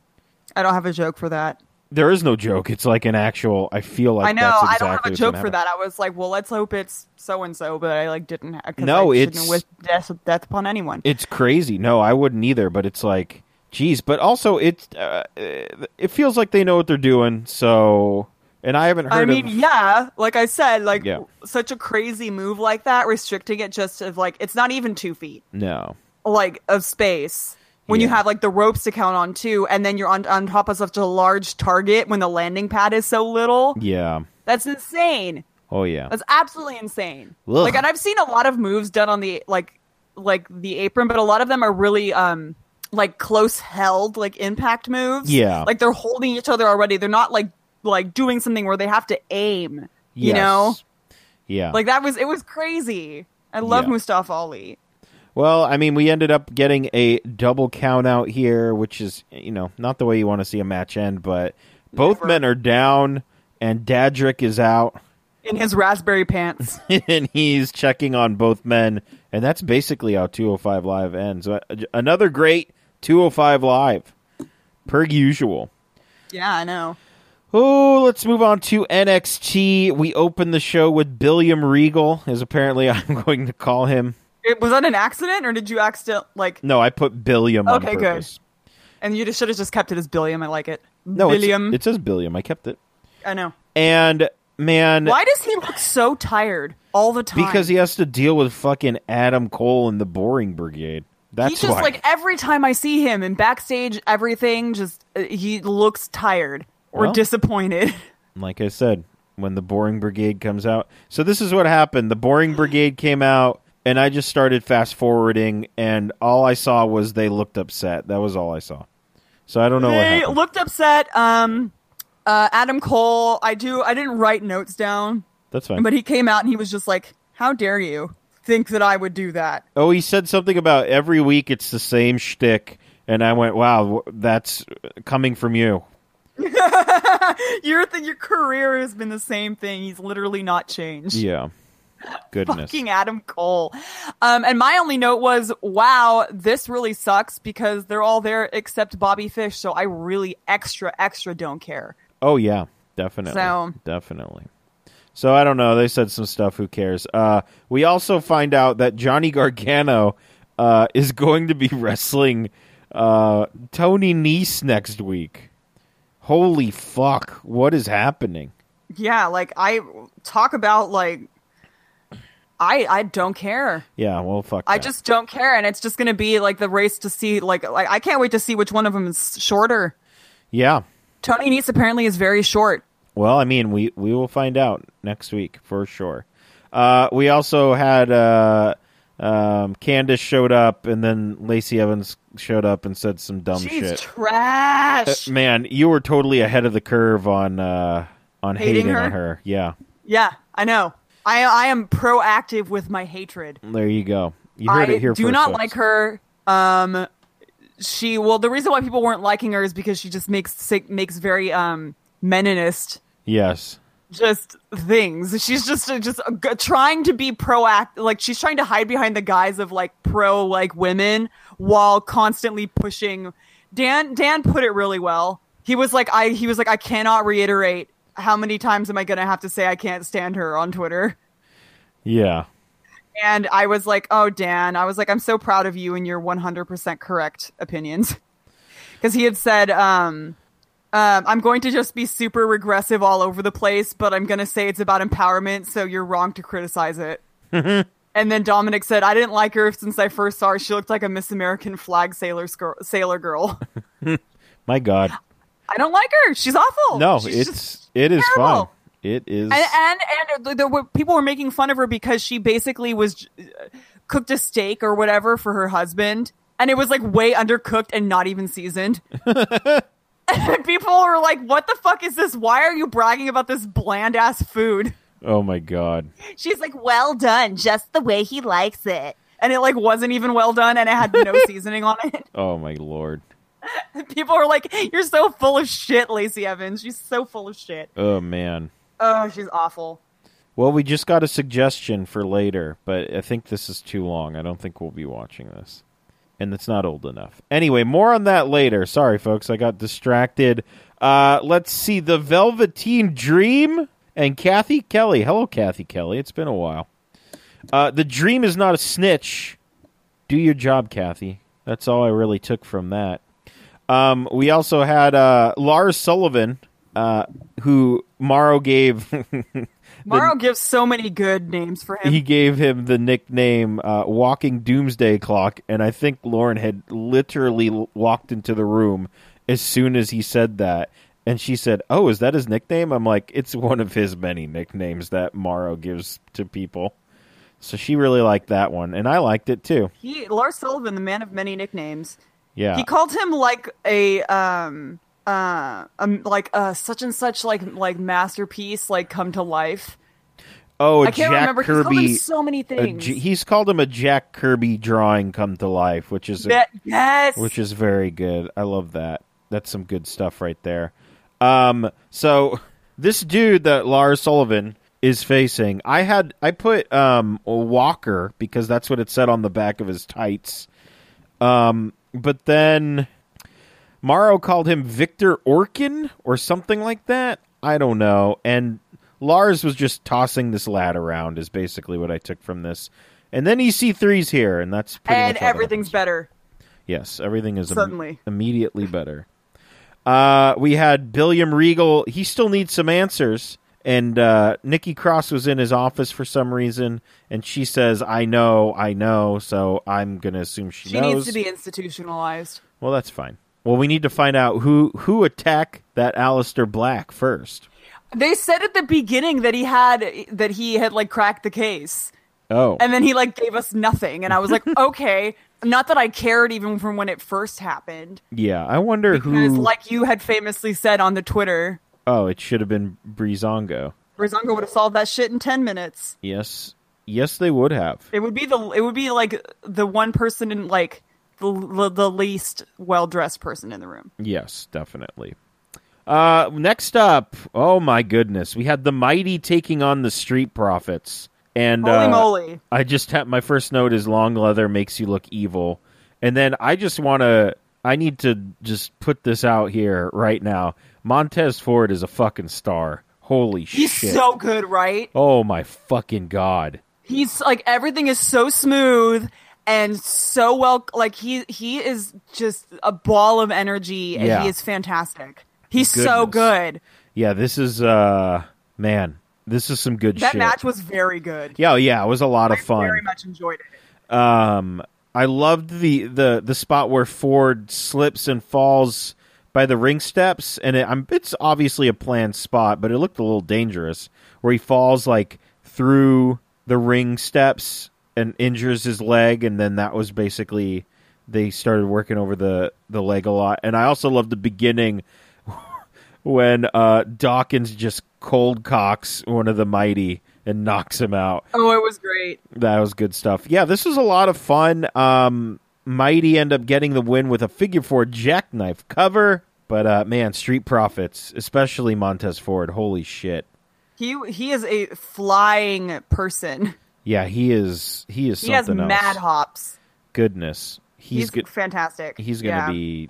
D: I don't have a joke for that.
C: there is no joke it's like an actual i feel like
D: I know.
C: that's
D: I
C: exactly
D: don't have a
C: what's
D: joke
C: gonna
D: for
C: happen.
D: that. I was like, well, let's hope it's so and so, but I like didn't. Ha- 'cause
C: No,
D: I shouldn't
C: it's-
D: wish death, death upon anyone.
C: It's crazy. No, I wouldn't either. But it's like, geez. But also, it's uh, it feels like they know what they're doing. So, and I haven't heard.
D: I mean,
C: of,
D: yeah, like I said, like
C: Yeah.
D: such a crazy move like that, restricting it just of like it's not even two feet
C: no,
D: like of space when you
C: Yeah.
D: have like the ropes to count on too, and then you're on on top of such a large target when the landing pad is so little.
C: yeah,
D: That's insane.
C: oh yeah,
D: That's absolutely insane.
C: Ugh.
D: Like, and I've seen a lot of moves done on the like, like the apron, but a lot of them are really um like close held, like impact moves.
C: Yeah.
D: like they're holding each other already. They're not like like doing something where they have to aim. You
C: Yes.
D: know,
C: yeah.
D: like that was it was crazy. I love
C: Yeah.
D: Mustafa Ali.
C: Well, I mean, we ended up getting a double count out here, which is, you know, not the way you want to see a match end, but both
D: Never.
C: men are down and Dadrick is out
D: In his raspberry pants,
C: and he's checking on both men. And that's basically how 205 Live ends. Uh, Another great 205 Live, per usual.
D: yeah, I know.
C: Oh, let's move on to NXT. We open the show with Billiam Regal, as apparently I'm going to call him.
D: It, was that an accident, or did you accident like?
C: No, I put Billiam
D: Okay,
C: on
D: good.
C: purpose.
D: And you just should have just kept it as Billiam. I like it.
C: No, it's-
D: Billiam.
C: it says Billiam. I kept it.
D: I know.
C: And man,
D: Why does he look so tired all the time?
C: because he has to deal with fucking Adam Cole and the Boring Brigade. That's
D: he just
C: why.
D: like every time I see him in backstage, everything just uh, he looks tired or
C: Well.
D: disappointed.
C: like I said, when the Boring Brigade comes out. So this is what happened. The Boring Brigade came out, and I just started fast forwarding, and all I saw was they looked upset. That was all I saw. So I don't know what
D: they
C: happened.
D: looked upset. Um, uh, Adam Cole. I do. I didn't write notes down,
C: That's fine.
D: but he came out and he was just like, "How dare you think that I would do that?"
C: oh, he said something about every week it's the same shtick, and I went, "Wow, wh- that's coming from you."
D: Your th- your career has been the same thing. He's literally not changed.
C: Yeah. Goodness.
D: fucking Adam Cole. Um, and my only note was, wow, this really sucks because they're all there except Bobby Fish. So I really extra, extra don't care.
C: Oh yeah, definitely.
D: So-
C: Definitely. So I don't know. They said some stuff. Who cares? Uh, we also find out that Johnny Gargano uh, is going to be wrestling uh, Tony Nese next week. Holy fuck! What is happening?
D: Yeah, like I talk about like I I don't care.
C: Yeah. Well, fuck.
D: I
C: that.
D: just don't care, and it's just gonna be like the race to see. Like, like I can't wait to see which one of them is shorter.
C: yeah.
D: Tony Nese apparently is very short.
C: Well, I mean, we we will find out next week for sure. Uh, we also had uh, Um, Candace showed up, and then Lacey Evans showed up and said some dumb
D: She's
C: shit.
D: trash.
C: Uh, Man, you were totally ahead of the curve on uh, on hating,
D: Hating her?
C: on her. Yeah,
D: yeah, I know. I I am proactive with my hatred.
C: there you go. You heard
D: I
C: it here.
D: do
C: first,
D: not
C: folks.
D: like her. Um, she well, the reason why people weren't liking her is because she just makes sick, makes very um meninist
C: Yes.
D: just things. She's just just g- trying to be proactive. Like she's trying to hide behind the guise of like pro like women while constantly pushing. Dan Dan put it really well. He was like I he was like I cannot reiterate how many times am I going to have to say I can't stand her on Twitter.
C: Yeah.
D: And I was like, "Oh, Dan," I was like, "I'm so proud of you and your 100% correct opinions," because he had said, um, um, "I'm going to just be super regressive all over the place, but I'm going to say it's about empowerment, so you're wrong to criticize it." and then Dominic said, "I didn't like her since I first saw her. She looked like a Miss American flag sailor scur- sailor girl.
C: My God.
D: I don't like her. She's awful.
C: No,
D: Oh, She's
C: it's
D: just-
C: it is fun.
D: terrible.
C: It is.
D: and and, and the, the, were- people were making fun of her because she basically was j- cooked a steak or whatever for her husband, and it was like way undercooked and not even seasoned. and people were like, "What the fuck is this? Why are you bragging about this bland ass food?"
C: oh my God.
D: She's like, "Well done, just the way he likes it." And it like wasn't even well done, and it had no seasoning on it.
C: Oh my Lord.
D: People were like, "You're so full of shit, Lacey Evans. She's so full of shit.
C: Oh man.
D: Oh, she's awful."
C: Well, we just got a suggestion for later, but I think this is too long. I don't think we'll be watching this. And it's not old enough. Anyway, more on that later. Sorry, folks. I got distracted. Uh, let's see. The Velveteen Dream and Kathy Kelly. Hello, Kathy Kelly. It's been a while. Uh, the Dream is not a snitch. Do your job, Kathy. That's all I really took from that. Um, we also had uh, Lars Sullivan, uh, who Morrow gave
D: Morrow gives so many good names for him.
C: he gave him the nickname uh, "Walking Doomsday Clock," and I think Lauren had literally l- walked into the room as soon as he said that, and she said, "Oh, is that his nickname?" I'm like, "It's one of his many nicknames that Morrow gives to people." So she really liked that one, and I liked it too.
D: He Lars Sullivan, the man of many nicknames.
C: Yeah,
D: He called him like a um uh um, like uh such and such like like masterpiece like come to life.
C: oh, a
D: I can't
C: Jack
D: remember. He's called
C: Kirby.
D: him so many
C: a
D: things.
C: J- he's called him a Jack Kirby drawing come to life, which is a-
D: That- yes.
C: which is very good. I love that. That's some good stuff right there. Um, so this dude that Lars Sullivan is facing, I had I put um Walker because that's what it said on the back of his tights. Um, but then Morrow called him Victor Orkin or something like that. I don't know. And Lars was just tossing this lad around is basically what I took from this. And then EC3's here, and that's pretty
D: and
C: much all that
D: everything's
C: happens.
D: better.
C: Yes, everything is im-
D: Suddenly.
C: immediately better. Uh, we had Billiam Regal. He still needs some answers. And uh, Nikki Cross was in his office for some reason, and she says, "I know, I know." So I'm gonna assume she,
D: She
C: knows.
D: needs to be institutionalized.
C: well, that's fine. Well, we need to find out who who attacked that Alistair Black first.
D: They said at the beginning that he had that he had like cracked the case.
C: Oh,
D: And then he like gave us nothing and I was like, "Okay, not that I cared even from when it first happened."
C: yeah. I wonder
D: Because,
C: who.
D: like you had famously said on the Twitter,
C: oh, it should have been Brizongo.
D: Rizongo would have solved that shit in ten minutes.
C: Yes, yes, they would have.
D: It would be the it would be like the one person in like the the, the least well dressed person in the room.
C: Yes, definitely. Uh, next up, oh my goodness, we had the mighty taking on the street profits, and
D: Holy
C: uh,
D: moly!
C: I just had my first note is long leather makes you look evil, and then I just want to, I need to just put this out here right now. Montez Ford is a fucking star. Holy
D: He's
C: shit!
D: so good, right?
C: oh my fucking god!
D: He's like everything is so smooth and so well. Like he he is just a ball of energy, and
C: Yeah.
D: he is fantastic. He's so
C: Goodness.
D: good.
C: Yeah, this is uh, man, this is some good
D: That
C: shit.
D: match was very good.
C: yeah, yeah, it was a lot of
D: I
C: fun.
D: very much enjoyed it.
C: Um, I loved the, the the spot where Ford slips and falls by the ring steps, and it, I'm, it's obviously a planned spot, but it looked a little dangerous. Where he falls like through the ring steps and injures his leg, and then that was basically they started working over the the leg a lot. And I also love the beginning when uh, Dawkins just cold cocks one of the mighty and knocks him out.
D: Oh, it was great.
C: That was good stuff. Yeah, this was a lot of fun. Um, Mighty end up getting the win with a figure four jackknife cover, but uh, man, Street Profits, especially Montez Ford, holy shit!
D: He he is a flying person.
C: Yeah, he is. He is
D: He
C: something
D: has
C: else.
D: mad hops.
C: Goodness, he's
D: He's,
C: good.
D: fantastic.
C: He's gonna
D: Yeah.
C: be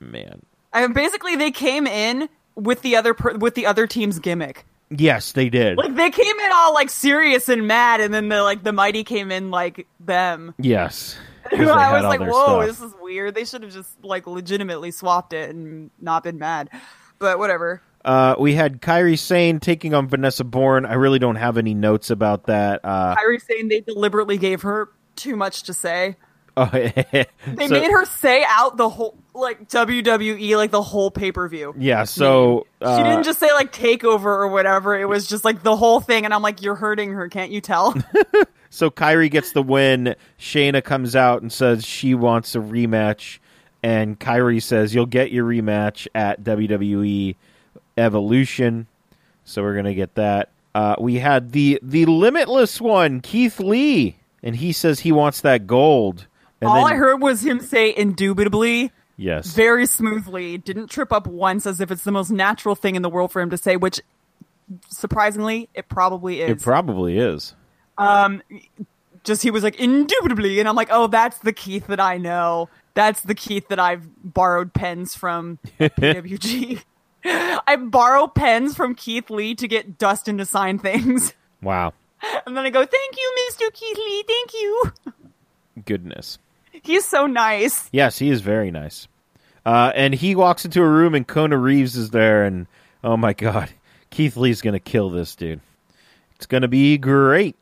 C: man.
D: I mean, basically, they came in with the other per- with the other team's gimmick.
C: Yes, they did.
D: Like they came in all like serious and mad, and then the like the mighty came in like them.
C: Yes, 'Cause they
D: I
C: had
D: was
C: all
D: like,
C: their
D: whoa,
C: stuff.
D: this is weird. They should have just like legitimately swapped it and not been mad. But whatever.
C: Uh, we had Kyrie Sane taking on Vanessa Bourne. I really don't have any notes about that. Uh,
D: Kyrie saying they deliberately gave her too much to say.
C: they
D: They made her say out the whole like WWE like the whole pay per view.
C: Yeah, so uh,
D: She didn't just say like takeover or whatever. It was just like the whole thing, and I'm like, you're hurting her, can't you tell?
C: So Kyrie gets the win. Shayna comes out and says she wants a rematch, and Kyrie says you'll get your rematch at WWE Evolution. So we're gonna get that. Uh, we had the the limitless one, Keith Lee, and he says he wants that gold. And
D: All
C: then-
D: I heard was him say indubitably,
C: yes,
D: very smoothly, didn't trip up once as if it's the most natural thing in the world for him to say, which surprisingly, it probably is.
C: it probably is.
D: just he was like indubitably and i'm like oh that's the keith that i know that's the keith that i've borrowed pens from at pwg i borrow pens from keith lee to get dustin to sign things
C: Wow,
D: and then i go thank you mr keith lee thank you
C: goodness.
D: he's so nice
C: Yes, he is very nice. Uh, and he walks into a room, and Kona Reeves is there, and oh my god, Keith Lee's gonna kill this dude. It's gonna be great.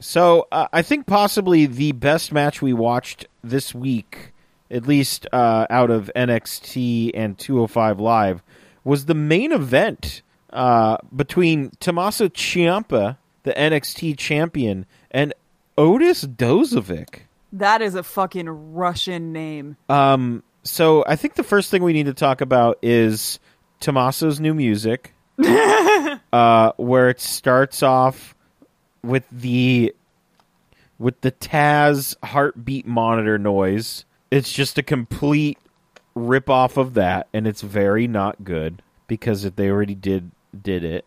C: So uh, I think possibly the best match we watched this week, at least uh, out of NXT and 205 Live, was the main event uh, between Tommaso Ciampa, the NXT champion, and Otis Dozovic.
D: that is a fucking russian name
C: So I think the first thing we need to talk about is Tommaso's new music, uh, where it starts off with the with the Taz heartbeat monitor noise. It's just a complete rip off of that, and it's very not good because if they already did did it.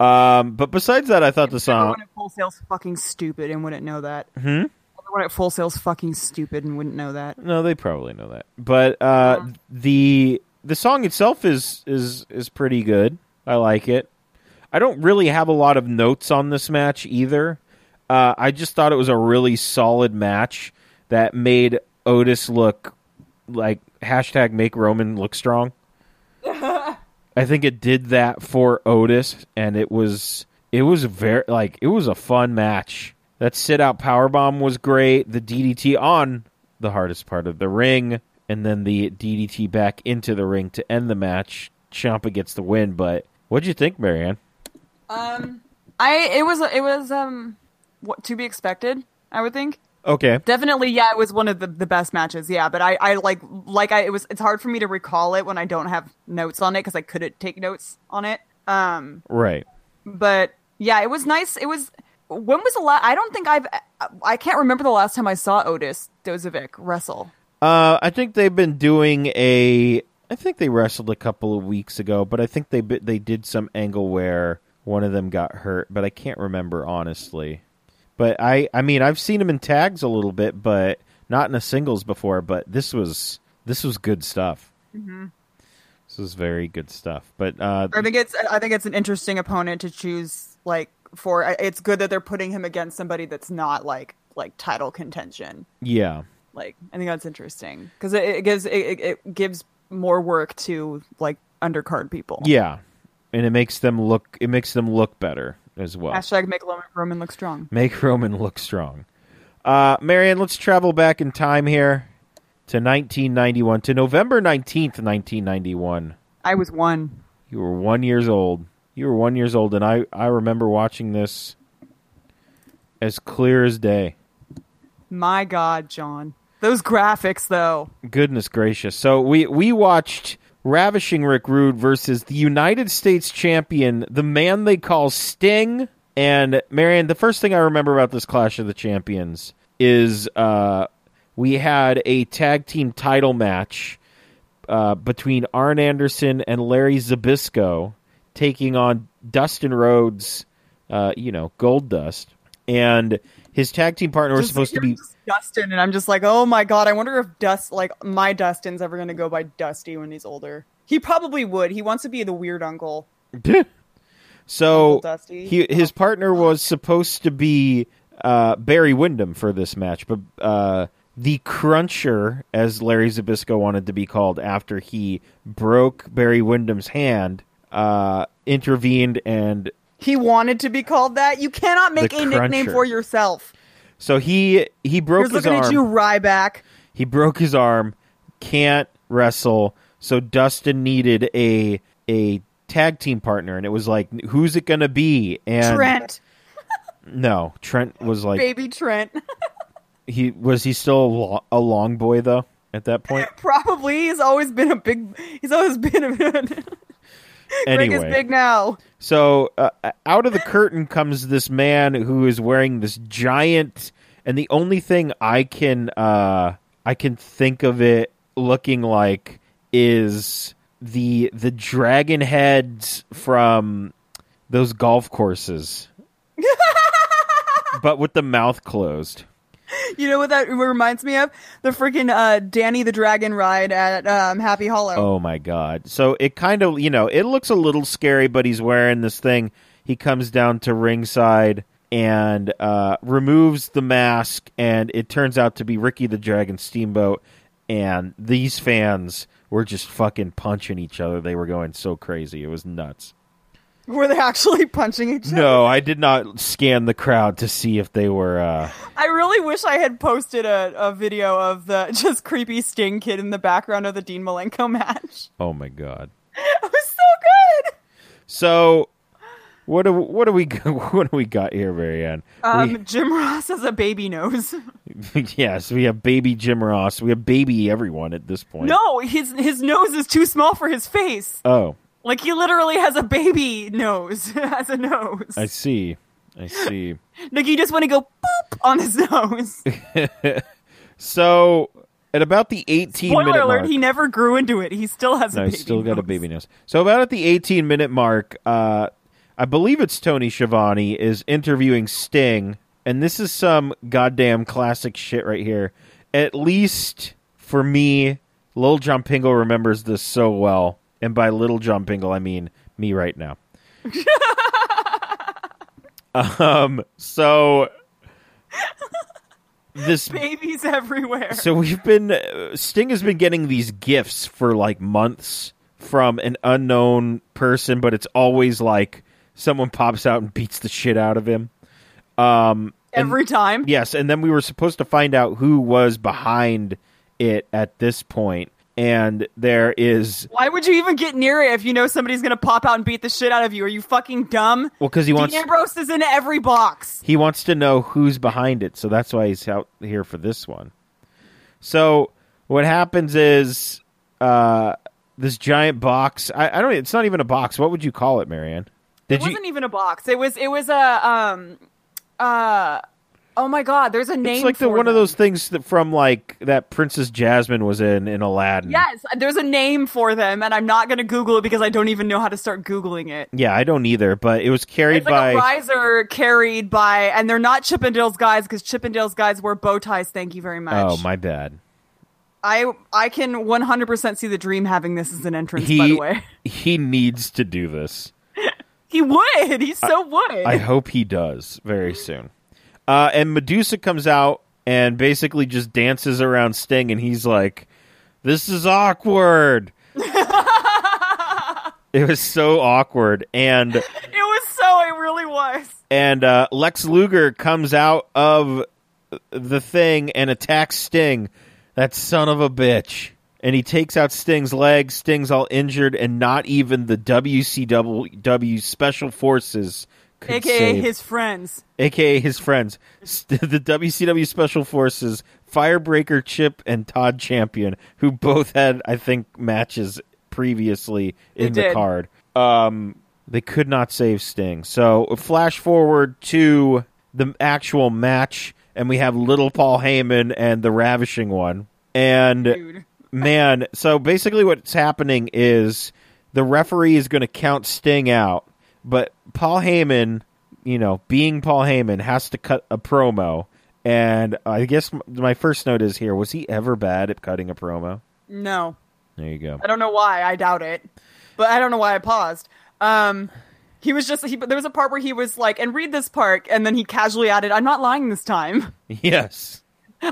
C: Um, but besides that, I thought the
D: everyone
C: song.
D: at full sales fucking stupid and wouldn't know that hmm? everyone at full sales fucking stupid and wouldn't know that
C: No, they probably know that. But uh, the the song itself is is is pretty good. I like it. I don't really have a lot of notes on this match either. Uh, I just thought it was a really solid match that made Otis look like hashtag make Roman look strong. I think it did that for Otis, and it was it was very like it was a fun match. That sit out powerbomb was great. The DDT on the hardest part of the ring, and then the DDT back into the ring to end the match. Ciampa gets the win, but what'd you think, Marianne?
D: i it was it was um what to be expected i would think
C: Okay,
D: definitely yeah it was one of the, the best matches yeah but i i like like i it was it's hard for me to recall it when i don't have notes on it because i couldn't take notes on it um
C: right.
D: but yeah it was nice it was when was the last i don't think i've i can't remember the last time i saw otis dozovic wrestle
C: Uh, I think they've been doing a. I think they wrestled a couple of weeks ago, but I think they bi- they did some angle where one of them got hurt, but I can't remember honestly. But I I mean I've seen him in tags a little bit, but not in a singles before. But this was this was good stuff. Mm-hmm. This was very good stuff. But uh,
D: i think it's i think it's an interesting opponent to choose like for I- it's good that they're putting him against somebody that's not like like title contention
C: yeah,
D: like i think that's interesting because it, it gives it, it, it gives more work to like undercard people
C: yeah, and it makes them look it makes them look better as well.
D: hashtag make Lo- roman look strong
C: Make Roman look strong. Uh, Marion, let's travel back in time here to 1991, to November 19th, 1991.
D: i was one
C: You were one years old. You were one years old, and I, I remember watching this as clear as day.
D: My God, John. Those graphics, though.
C: Goodness gracious. So we we watched Ravishing Rick Rude versus the United States champion, the man they call Sting. And Marion, the first thing I remember about this Clash of the Champions is uh, we had a tag team title match uh, between Arn Anderson and Larry Zabisco taking on Dustin Rhodes, uh, you know, Gold Dust. And his tag team partner was
D: Just
C: supposed to
D: hearing
C: be.
D: just Dustin, and I'm just like, oh my God, I wonder if Dust, like, my Dustin's ever going to go by Dusty when he's older. He probably would. He wants to be the weird uncle.
C: So
D: Uncle Dusty.
C: he, his partner was supposed to be uh, Barry Windham for this match, but uh, the Cruncher, as Larry Zabisco wanted to be called after he broke Barry Windham's hand, uh, intervened, and
D: He wanted to be called that. You cannot make a nickname
C: Cruncher.
D: for yourself.
C: so he he broke
D: Here's
C: his
D: looking
C: arm.
D: at you, Ryback.
C: He broke his arm, can't wrestle, so Dustin needed a a tag team partner, and it was like, who's it gonna be? And
D: Trent.
C: no, Trent was like.
D: Baby Trent.
C: he was he still a, lo- a long boy though at that point
D: probably. He's always been a big. He's always been a. Greg is
C: anyway
D: big now.
C: so uh, out of the curtain comes this man who is wearing this giant and the only thing i can uh i can think of it looking like is the the dragon heads from those golf courses but with the mouth closed
D: You know what that reminds me of? The freaking uh, Danny the Dragon ride at um, Happy Hollow.
C: Oh my god. So it kind of, you know, it looks a little scary, but he's wearing this thing. He comes down to ringside and uh, removes the mask, and it turns out to be Ricky the Dragon Steamboat. And these fans were just fucking punching each other. They were going so crazy. It was nuts.
D: Were they actually punching each other?
C: No, I did not scan the crowd to see if they were. Uh,
D: I really wish I had posted a, a video of the just creepy Sting kid in the background of the Dean Malenko match.
C: oh my god.
D: It was so good.
C: So. What do what do we what do we got here, Marianne?
D: Um,
C: We-
D: Jim Ross has a baby nose.
C: yes, we have baby Jim Ross. We have baby everyone at this point.
D: no, his his nose is too small for his face.
C: Oh,
D: Like he literally has a baby nose as a nose.
C: I see. I see.
D: Like you just want to go boop on his nose.
C: So at about the 18
D: Spoiler
C: minute
D: alert,
C: mark.
D: he never grew into it. He still has
C: no,
D: a
C: he's
D: baby.
C: still got a
D: nose.
C: baby nose. So about at the 18 minute mark, uh I believe it's Tony Schiavone is interviewing Sting, and this is some goddamn classic shit right here. At least for me, Little John Pingle remembers this so well, and by Little John Pingle I mean me right now. um so this
D: Babies everywhere.
C: so we've been uh, Sting has been getting these gifts for like months from an unknown person, but it's always like someone pops out and beats the shit out of him.
D: Every time.
C: Yes, and then we were supposed to find out who was behind it at this point, and there is
D: Why would you even get near it if you know somebody's gonna pop out and beat the shit out of you? Are you fucking dumb?
C: well because he
D: Dean
C: wants
D: Ambrose is in every box.
C: he wants to know who's behind it, so that's why he's out here for this one. So what happens is uh, this giant box. I, I don't. It's not even a box. What would you call it, Marianne? Did
D: It
C: you?
D: wasn't even a box. It was it was a um uh oh my god, there's a name
C: It's like the
D: for
C: one of
D: them.
C: those things that from like that Princess Jasmine was in in Aladdin.
D: Yes, there's a name for them, and I'm not gonna Google it because I don't even know how to start Googling it.
C: Yeah, I don't either, but it was carried
D: It's like a
C: by.
D: riser carried by, and they're not Chippendales guys because Chippendales guys wear bow ties. Thank you very much.
C: oh my bad.
D: I I can 100% see the dream having this as an entrance.
C: He
D: by the way,
C: he needs to do this.
D: he would. He so would.
C: I hope he does very soon. Uh, and Medusa comes out and basically just dances around Sting, and he's like, "This is awkward." it was so awkward, and
D: it was so. It really was.
C: and uh, Lex Luger comes out of the thing and attacks Sting. That son of a bitch. And he takes out Sting's leg. Sting's all injured, and not even the WCW special forces could
D: AKA
C: save-
D: his friends.
C: aka his friends, s- the WCW Special Forces, Firebreaker Chip and Todd Champion, who both had, I think, matches previously in
D: They
C: the
D: did.
C: card. Um, they could not save Sting. So flash forward to the actual match, and we have Little Paul Heyman and the Ravishing One, and
D: Dude.
C: man so basically what's happening is the referee is going to count sting out but paul heyman you know being paul heyman has to cut a promo and i guess m- my first note is here was he ever bad at cutting a promo
D: No.
C: there you go
D: I don't know why. I doubt it, but I don't know why I paused. Um, he was just he. There was a part where he was like, "And read this part," and then he casually added, "I'm not lying this time."
C: yes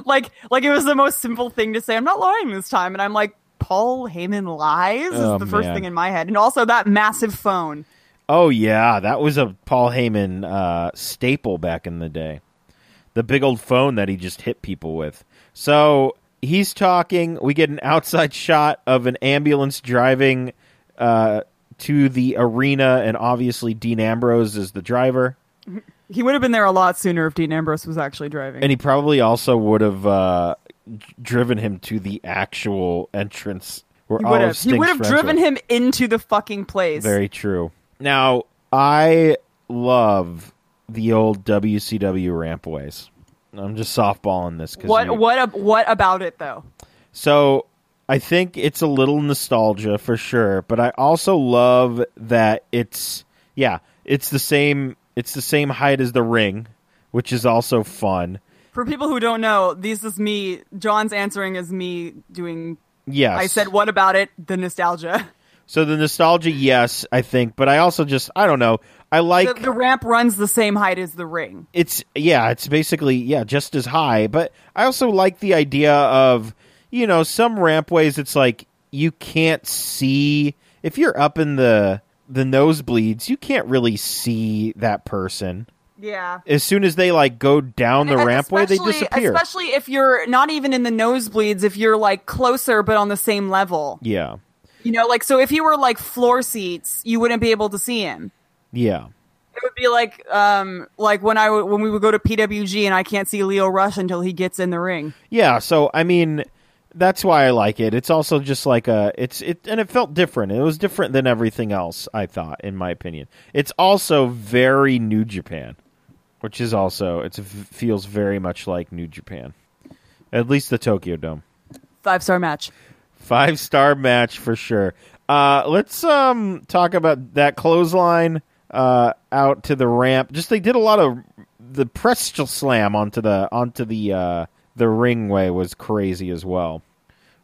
D: like, like it was the most simple thing to say. I'm not lying this time, and I'm like, Paul Heyman lies is
C: Oh,
D: the first
C: man.
D: thing in my head, and also that massive phone.
C: oh yeah that was a paul heyman uh, staple back in the day the big old phone that he just hit people with. So he's talking. We get an outside shot of an ambulance driving uh, to the arena, and obviously Dean Ambrose is the driver.
D: He would have been there a lot sooner if Dean Ambrose was actually driving.
C: And he probably also would have uh, d- driven him to the actual entrance where
D: He
C: all
D: would
C: of
D: have. He
C: Sting's
D: would have
C: friends
D: driven
C: were.
D: him into the fucking place.
C: Very true. Now I love the old WCW rampways. I'm just softballing this because
D: what? What? ab- What about it though?
C: So I think it's a little nostalgia for sure, but I also love that it's yeah, it's the same it's the same height as the ring, which is also fun.
D: For people who don't know, this is me. John's answering is me doing
C: Yes.
D: I said, what about it? The nostalgia.
C: so the nostalgia, yes, I think, but I also just I don't know. I like
D: The, the ramp runs the same height as the ring.
C: it's yeah, it's basically yeah, just as high. But I also like the idea of you know some rampways. It's like you can't see if you're up in the the nosebleeds. You can't really see that person
D: Yeah.
C: as soon as they like go down the rampway. They disappear.
D: Especially if you're not even in the nosebleeds, if you're like closer but on the same level.
C: yeah,
D: You know, like, so if you were like floor seats, you wouldn't be able to see him.
C: yeah,
D: It would be like, um, like when I w- when we would go to PWG and I can't see Leo Rush until he gets in the ring.
C: yeah. So I mean. That's why I like it. It's also just like a it's it and it felt different. It was different than everything else I thought in my opinion. It's also very New Japan. which is also it feels very much like New Japan, at least the Tokyo Dome.
D: Five star match.
C: Five star match for sure. Uh, let's um talk about that clothesline uh, out to the ramp. Just they did a lot of the press slam onto the onto the uh, the ringway was crazy as well.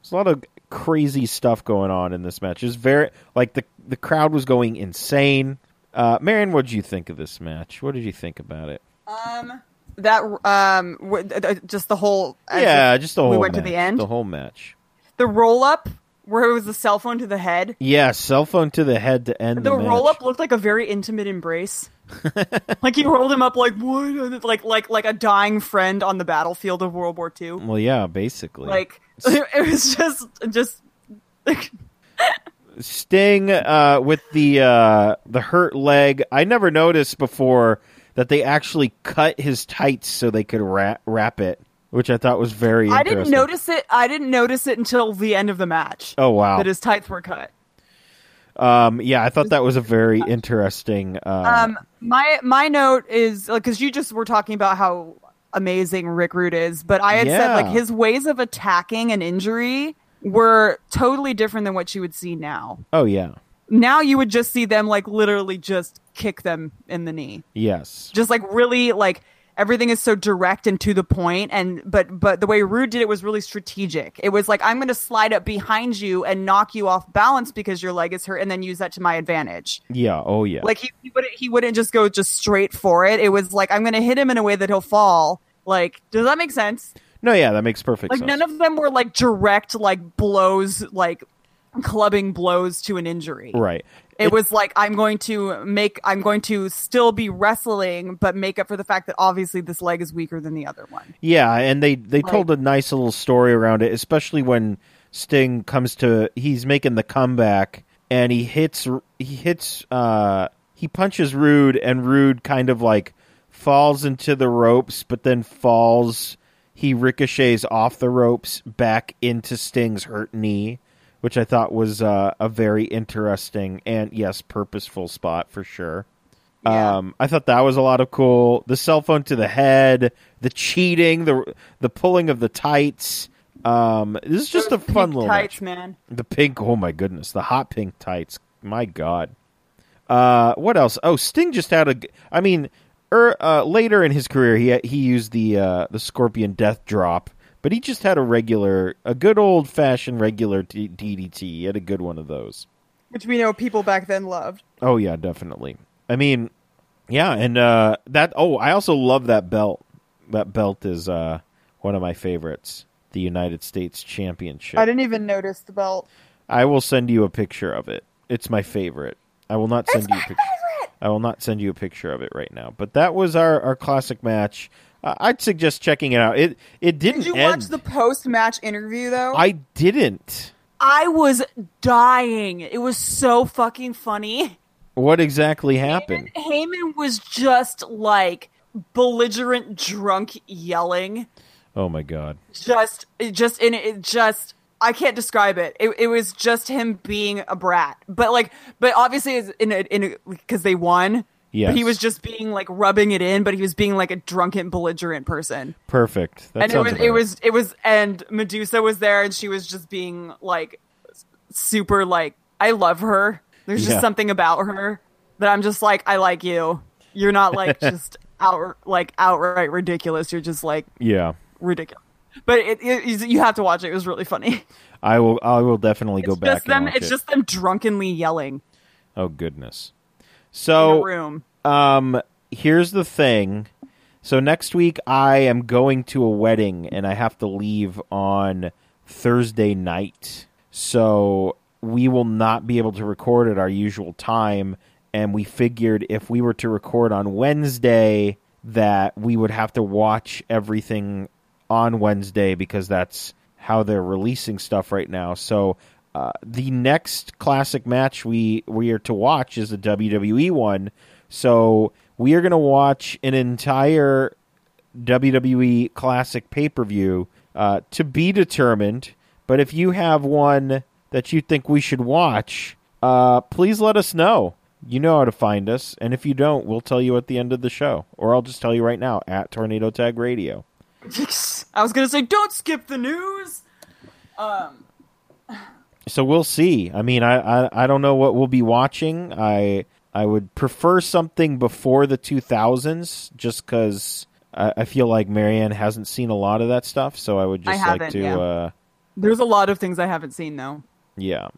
C: There's a lot of crazy stuff going on in this match. It's very like the the crowd was going insane. Uh, Marion, what did you think of this match? What did you think about it?
D: That, um, w- th- th- just the whole. as
C: yeah,
D: if
C: just the whole.
D: We went
C: match,
D: to the end.
C: The whole match.
D: the roll up where it was the cell phone to the head.
C: Yeah, cell phone to the head to end the,
D: the
C: match.
D: roll up looked like a very intimate embrace. like he rolled him up like what? Like like like a dying friend on the battlefield of World War II.
C: Well, yeah, basically.
D: Like it was just just
C: Sting uh, with the uh, the hurt leg. I never noticed before that they actually cut his tights so they could wrap, wrap it, which I thought was very.
D: I didn't
C: interesting.
D: notice it. I didn't notice it until the end of the match.
C: Oh wow.
D: that his tights were cut.
C: um, yeah, I thought that was a very interesting. Uh,
D: Um, my my note is because you just were talking about how amazing Rick Rude is, but I had said
C: Yeah.
D: like his ways of attacking an injury were totally different than what you would see now.
C: oh yeah.
D: now you would just see them like literally just kick them in the knee
C: Yes.
D: just like really like everything is so direct and to the point and but but the way rude did it was really strategic it was like i'm going to slide up behind you and knock you off balance because your leg is hurt and then use that to my advantage
C: Yeah. Oh yeah.
D: like he, he wouldn't he wouldn't just go just straight for it it was like i'm going to hit him in a way that he'll fall like does that make sense
C: no. Yeah, that makes perfect
D: like
C: sense.
D: none of them were like direct like blows like clubbing blows to an injury
C: right.
D: it was like i'm going to make i'm going to still be wrestling but make up for the fact that obviously this leg is weaker than the other one
C: Yeah, and they they told a nice little story around it, especially when Sting comes to he's making the comeback and he hits he hits uh he punches Rude, and Rude kind of like falls into the ropes, but then falls. He ricochets off the ropes back into Sting's hurt knee, which I thought was uh, a very interesting and yes, purposeful spot for sure.
D: Yeah.
C: Um, I thought that was a lot of cool. The cell phone to the head, the cheating, the the pulling of the tights. Um, this is just a fun
D: Pink
C: little match.
D: tights, man.
C: The pink, oh my goodness, the hot pink tights. My God. Uh, what else? Oh, Sting just had a. g- I mean, er, uh, later in his career, he he used the uh, the Scorpion Death Drop, but he just had a regular, a good old fashioned regular D- DDT. He had a good one of those.
D: Which we know people back then loved.
C: Oh yeah, definitely. I mean, yeah, and uh, that. Oh, I also love that belt. That belt is uh, one of my favorites. The United States Championship.
D: I didn't even notice the belt.
C: I will send you a picture of it. It's my favorite. I will not send you a picture. I will not send you a picture of it right now. But that was our, our classic match. Uh, I'd suggest checking it out. It it didn't
D: Did you
C: end.
D: watch the post match interview though?
C: I didn't.
D: I was dying. It was so fucking funny.
C: What exactly happened?
D: Heyman was just like belligerent drunk yelling.
C: Oh my god.
D: Just it just in it just I can't describe it. it. It was just him being a brat, but like, but obviously, it's in a, in because they won.
C: Yes.
D: but he was just being like rubbing it in, but he was being like a drunken, belligerent person.
C: Perfect. That
D: and it
C: sounds
D: was
C: about
D: it was it was and Medusa was there and she was just being like s- super like I love her. There's
C: Yeah.
D: just something about her that I'm just like I like you. You're not like just out like outright ridiculous. You're just like
C: Yeah.
D: ridiculous. But it, it, you have to watch it. It was really funny.
C: I will I will definitely go
D: It's
C: back
D: just them.
C: and watch
D: It's
C: it.
D: just them drunkenly yelling
C: Oh goodness.
D: in
C: So
D: a room.
C: Um, here's the thing. So next week I am going to a wedding and I have to leave on Thursday night. So we will not be able to record at our usual time and we figured if we were to record on Wednesday that we would have to watch everything on Wednesday because that's how they're releasing stuff right now. So uh, the next classic match we we are to watch is the WWE one. So we are going to watch an entire WWE classic pay per view uh, to be determined. But if you have one that you think we should watch, uh, please let us know. You know how to find us, and if you don't, we'll tell you at the end of the show, or I'll just tell you right now at Tornado Tag Radio.
D: I was gonna say, don't skip the news.
C: so we'll see. I mean, I, I I don't know what we'll be watching. I I would prefer something before the 2000s, just because I, I feel like Marianne hasn't seen a lot of that stuff. So I would
D: I
C: just like
D: haven't,
C: to,
D: yeah.
C: uh,
D: There's a lot of things I haven't seen though.
C: yeah.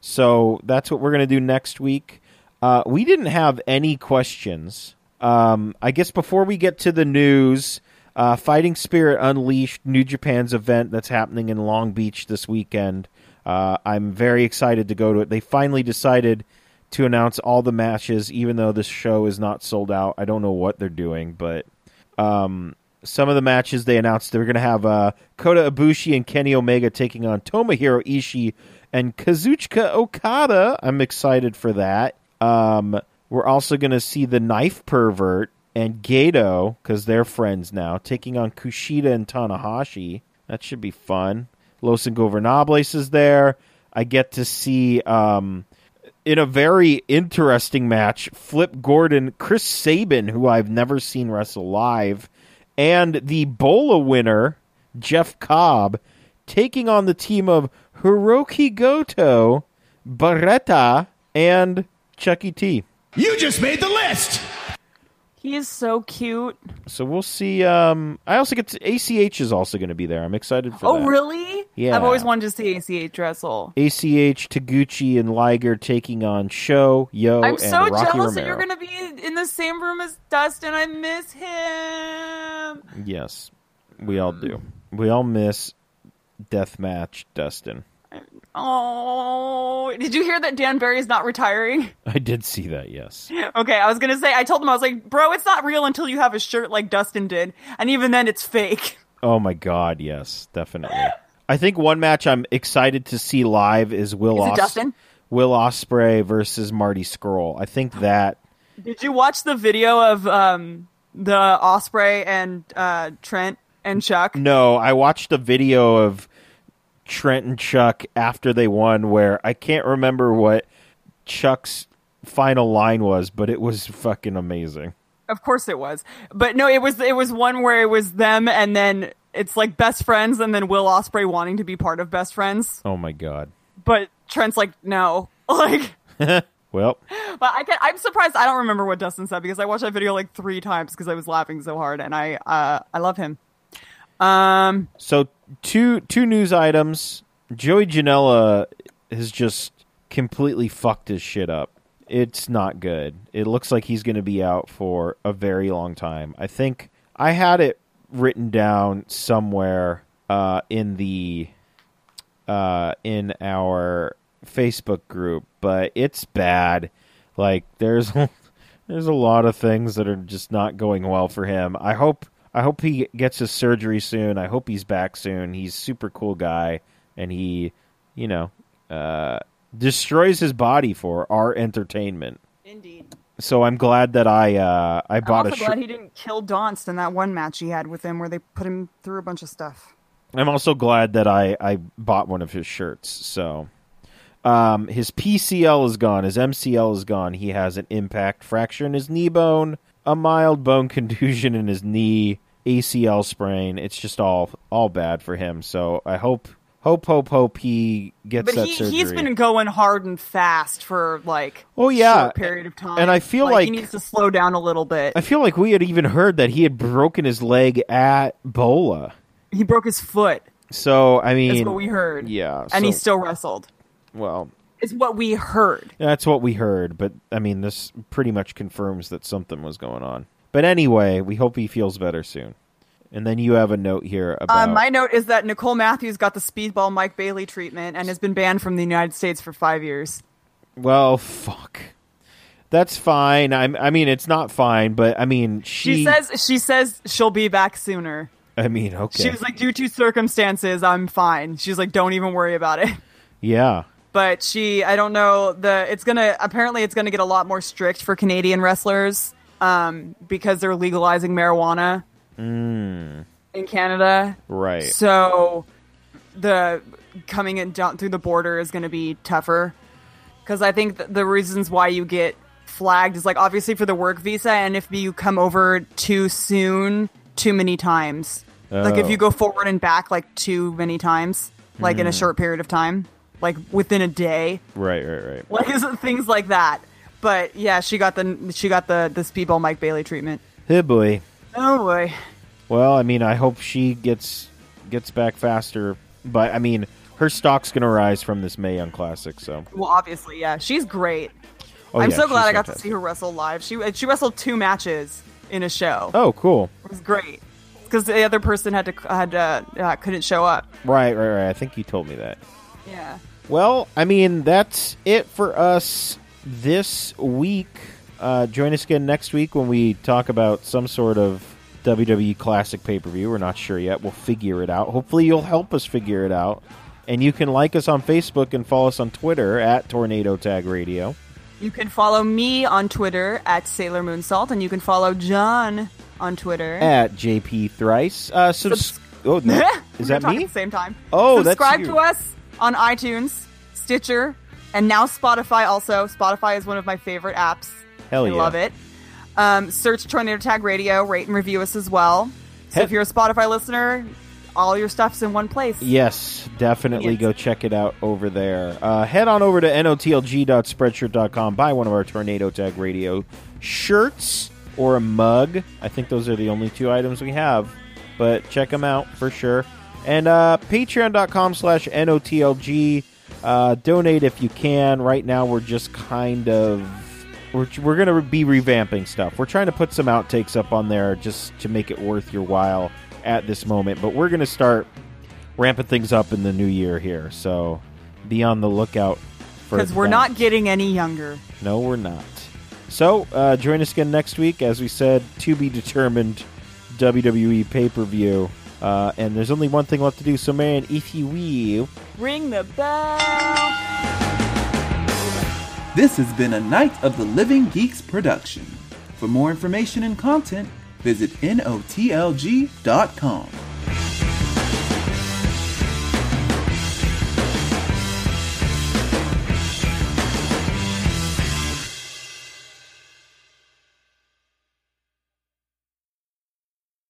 C: So that's what we're gonna do next week. Uh, we didn't have any questions. Um, I guess before we get to the news, uh, Fighting Spirit Unleashed, New Japan's event that's happening in Long Beach this weekend. Uh, I'm very excited to go to it. They finally decided to announce all the matches, even though this show is not sold out. I don't know what they're doing, but um, some of the matches they announced they were going to have uh, Kota Ibushi and Kenny Omega taking on Tomohiro Ishii and Kazuchika Okada. I'm excited for that. Um, we're also going to see the Knife Pervert and Gato because they're friends now taking on Kushida and Tanahashi. That should be fun. Los Ingobernables is there. I get to see um, in a very interesting match, Flip Gordon, Chris Sabin, who I've never seen wrestle live, and the Bola winner, Jeff Cobb, taking on the team of Hiroki Goto, Barretta, and Chucky T.
E: You just made the list.
D: He is so cute.
C: So we'll see. Um, I also get to, ACH is also going to be there. I'm excited for
D: Oh,
C: that.
D: really?
C: Yeah.
D: I've always wanted to see ACH wrestle.
C: ACH, Taguchi, and Liger taking on Sho, Yo,
D: I'm
C: Oh, and
D: so
C: Rocky
D: jealous
C: Romero.
D: that you're going to be in the same room as Dustin. I miss him.
C: Yes, we all do. We all miss deathmatch Dustin.
D: Oh, did you hear that Dan Barry's not retiring?
C: I did see that. Yes.
D: Okay, I was going to say, I told him, I was like, bro, it's not real until you have a shirt like Dustin did. And even then, it's fake.
C: Oh my God. Yes, definitely. I think one match I'm excited to see live is Will
D: Is it
C: Os-
D: Dustin?
C: Will Osprey versus Marty Scroll. I think that
D: Did you watch the video of um, the Osprey and uh, Trent and Chuck?
C: No, I watched a video of Trent and Chuck after they won where I can't remember what Chuck's final line was, but it was fucking amazing.
D: Of course it was, but no, it was it was one where it was them and then it's like best friends and then Will Osprey wanting to be part of best friends,
C: Oh my god.
D: but Trent's like no, like.
C: Well,
D: But I can, I'm surprised I don't remember what Dustin said because I watched that video like three times because I was laughing so hard and I uh, I love him.
C: so two two news items. Joey Janela has just completely fucked his shit up. It's not good. It looks like he's going to be out for a very long time. I think I had it written down somewhere uh, in the uh, in our Facebook group, but it's bad. Like there's there's a lot of things that are just not going well for him. I hope I hope he gets his surgery soon. I hope he's back soon. He's super cool guy, and he you know uh, destroys his body for our entertainment.
D: Indeed.
C: So I'm glad that I uh, I
D: I'm
C: bought
D: also
C: a.
D: glad
C: shir-
D: he didn't kill Donst in that one match he had with him where they put him through a bunch of stuff.
C: I'm also glad that I, I bought one of his shirts. So um, his PCL is gone. His MCL is gone. He has an impact fracture in his knee bone, a mild bone contusion in his knee, ACL sprain. It's just all all bad for him. So I hope hope hope hope he gets
D: But
C: that
D: he,
C: surgery.
D: he's been going hard and fast for like
C: Oh, yeah.
D: a short period of time.
C: And I feel
D: he
C: like-
D: needs to slow down a little bit.
C: I feel like we had even heard that he had broken his leg at Bola.
D: He broke his foot.
C: So I mean,
D: That's what we heard.
C: Yeah,
D: And he
C: so-
D: still wrestled.
C: well,
D: Is what we heard.
C: That's what we heard, but I mean, this pretty much confirms that something was going on. But anyway, we hope he feels better soon. And then you have a note here
D: Uh,
C: about.
D: my note is that Nicole Matthews got the speedball Mike Bailey treatment and has been banned from the United States for five years.
C: well, fuck. That's fine. I, I mean, it's not fine, but I mean, she.
D: She says she says she'll be back sooner.
C: I mean, okay.
D: She was like, due to circumstances, I'm fine. She's like, don't even worry about it.
C: yeah.
D: But she, I don't know the. It's gonna apparently it's gonna get a lot more strict for Canadian wrestlers um, because they're legalizing marijuana
C: Hmm.
D: in Canada.
C: Right.
D: So the coming in down through the border is going to be tougher because I think th- the reasons why you get flagged is like obviously for the work visa, and if you come over too soon, too many times. Like
C: Oh. Hmm.
D: if you go forward and back like too many times, like in a short period of time, like within a day,
C: right, right, right.
D: like is it things like that. But yeah, she got the she got the the speedball Mike Bailey treatment.
C: Hey, boy.
D: Oh boy.
C: Well, I mean, I hope she gets gets back faster, but I mean, her stock's going to rise from this Mae Young Classic, so.
D: Well, obviously, yeah, she's great.
C: Oh,
D: I'm
C: yeah,
D: so glad
C: she's
D: I got to
C: fantastic.
D: see her wrestle live. She she wrestled two matches in a show.
C: Oh, cool.
D: It was great because the other person had to had uh, uh, couldn't show up.
C: Right, right, right. I think you told me that.
D: Yeah.
C: Well, I mean, that's it for us this week. Uh, join us again next week when we talk about some sort of WWE Classic pay per view. We're not sure yet. We'll figure it out. Hopefully, you'll help us figure it out. And you can like us on Facebook and follow us on Twitter at Tornado Tag Radio.
D: You can follow me on Twitter at Sailor Moon Salt, and you can follow John on Twitter.
C: At JP Thrice. Uh, subs-
D: Subs-
C: oh, no.
D: We're
C: Is that
D: talking
C: me?
D: At the same time.
C: Oh, that's
D: subscribe
C: you.
D: to us on iTunes, Stitcher, and now Spotify. Also, Spotify is one of my favorite apps.
C: Hell
D: I
C: yeah.
D: love it. Um, search Tornado Tag Radio, rate and review us as well. So
C: Heh.
D: if you're a Spotify listener, all your stuff's in one place.
C: Yes, definitely
D: Yes.
C: go check it out over there. Uh, head on over to notlg.spreadshirt.com, buy one of our Tornado Tag Radio shirts or a mug. I think those are the only two items we have, but check them out for sure. And uh, patreon.com slash notlg. Uh, donate if you can. Right now, we're just kind of we're, we're going to be revamping stuff. We're trying to put some outtakes up on there just to make it worth your while at this moment. But we're going to start ramping things up in the new year here. So be on the lookout for
D: Because we're
C: that.
D: not getting any younger.
C: No, we're not. So uh, join us again next week. As we said, to be determined WWE pay per view. Uh, and there's only one thing left to do. So, man, if you will.
D: Ring the bell.
A: This has been a Night of the Living Geeks production. For more information and content, visit NOTLG.com.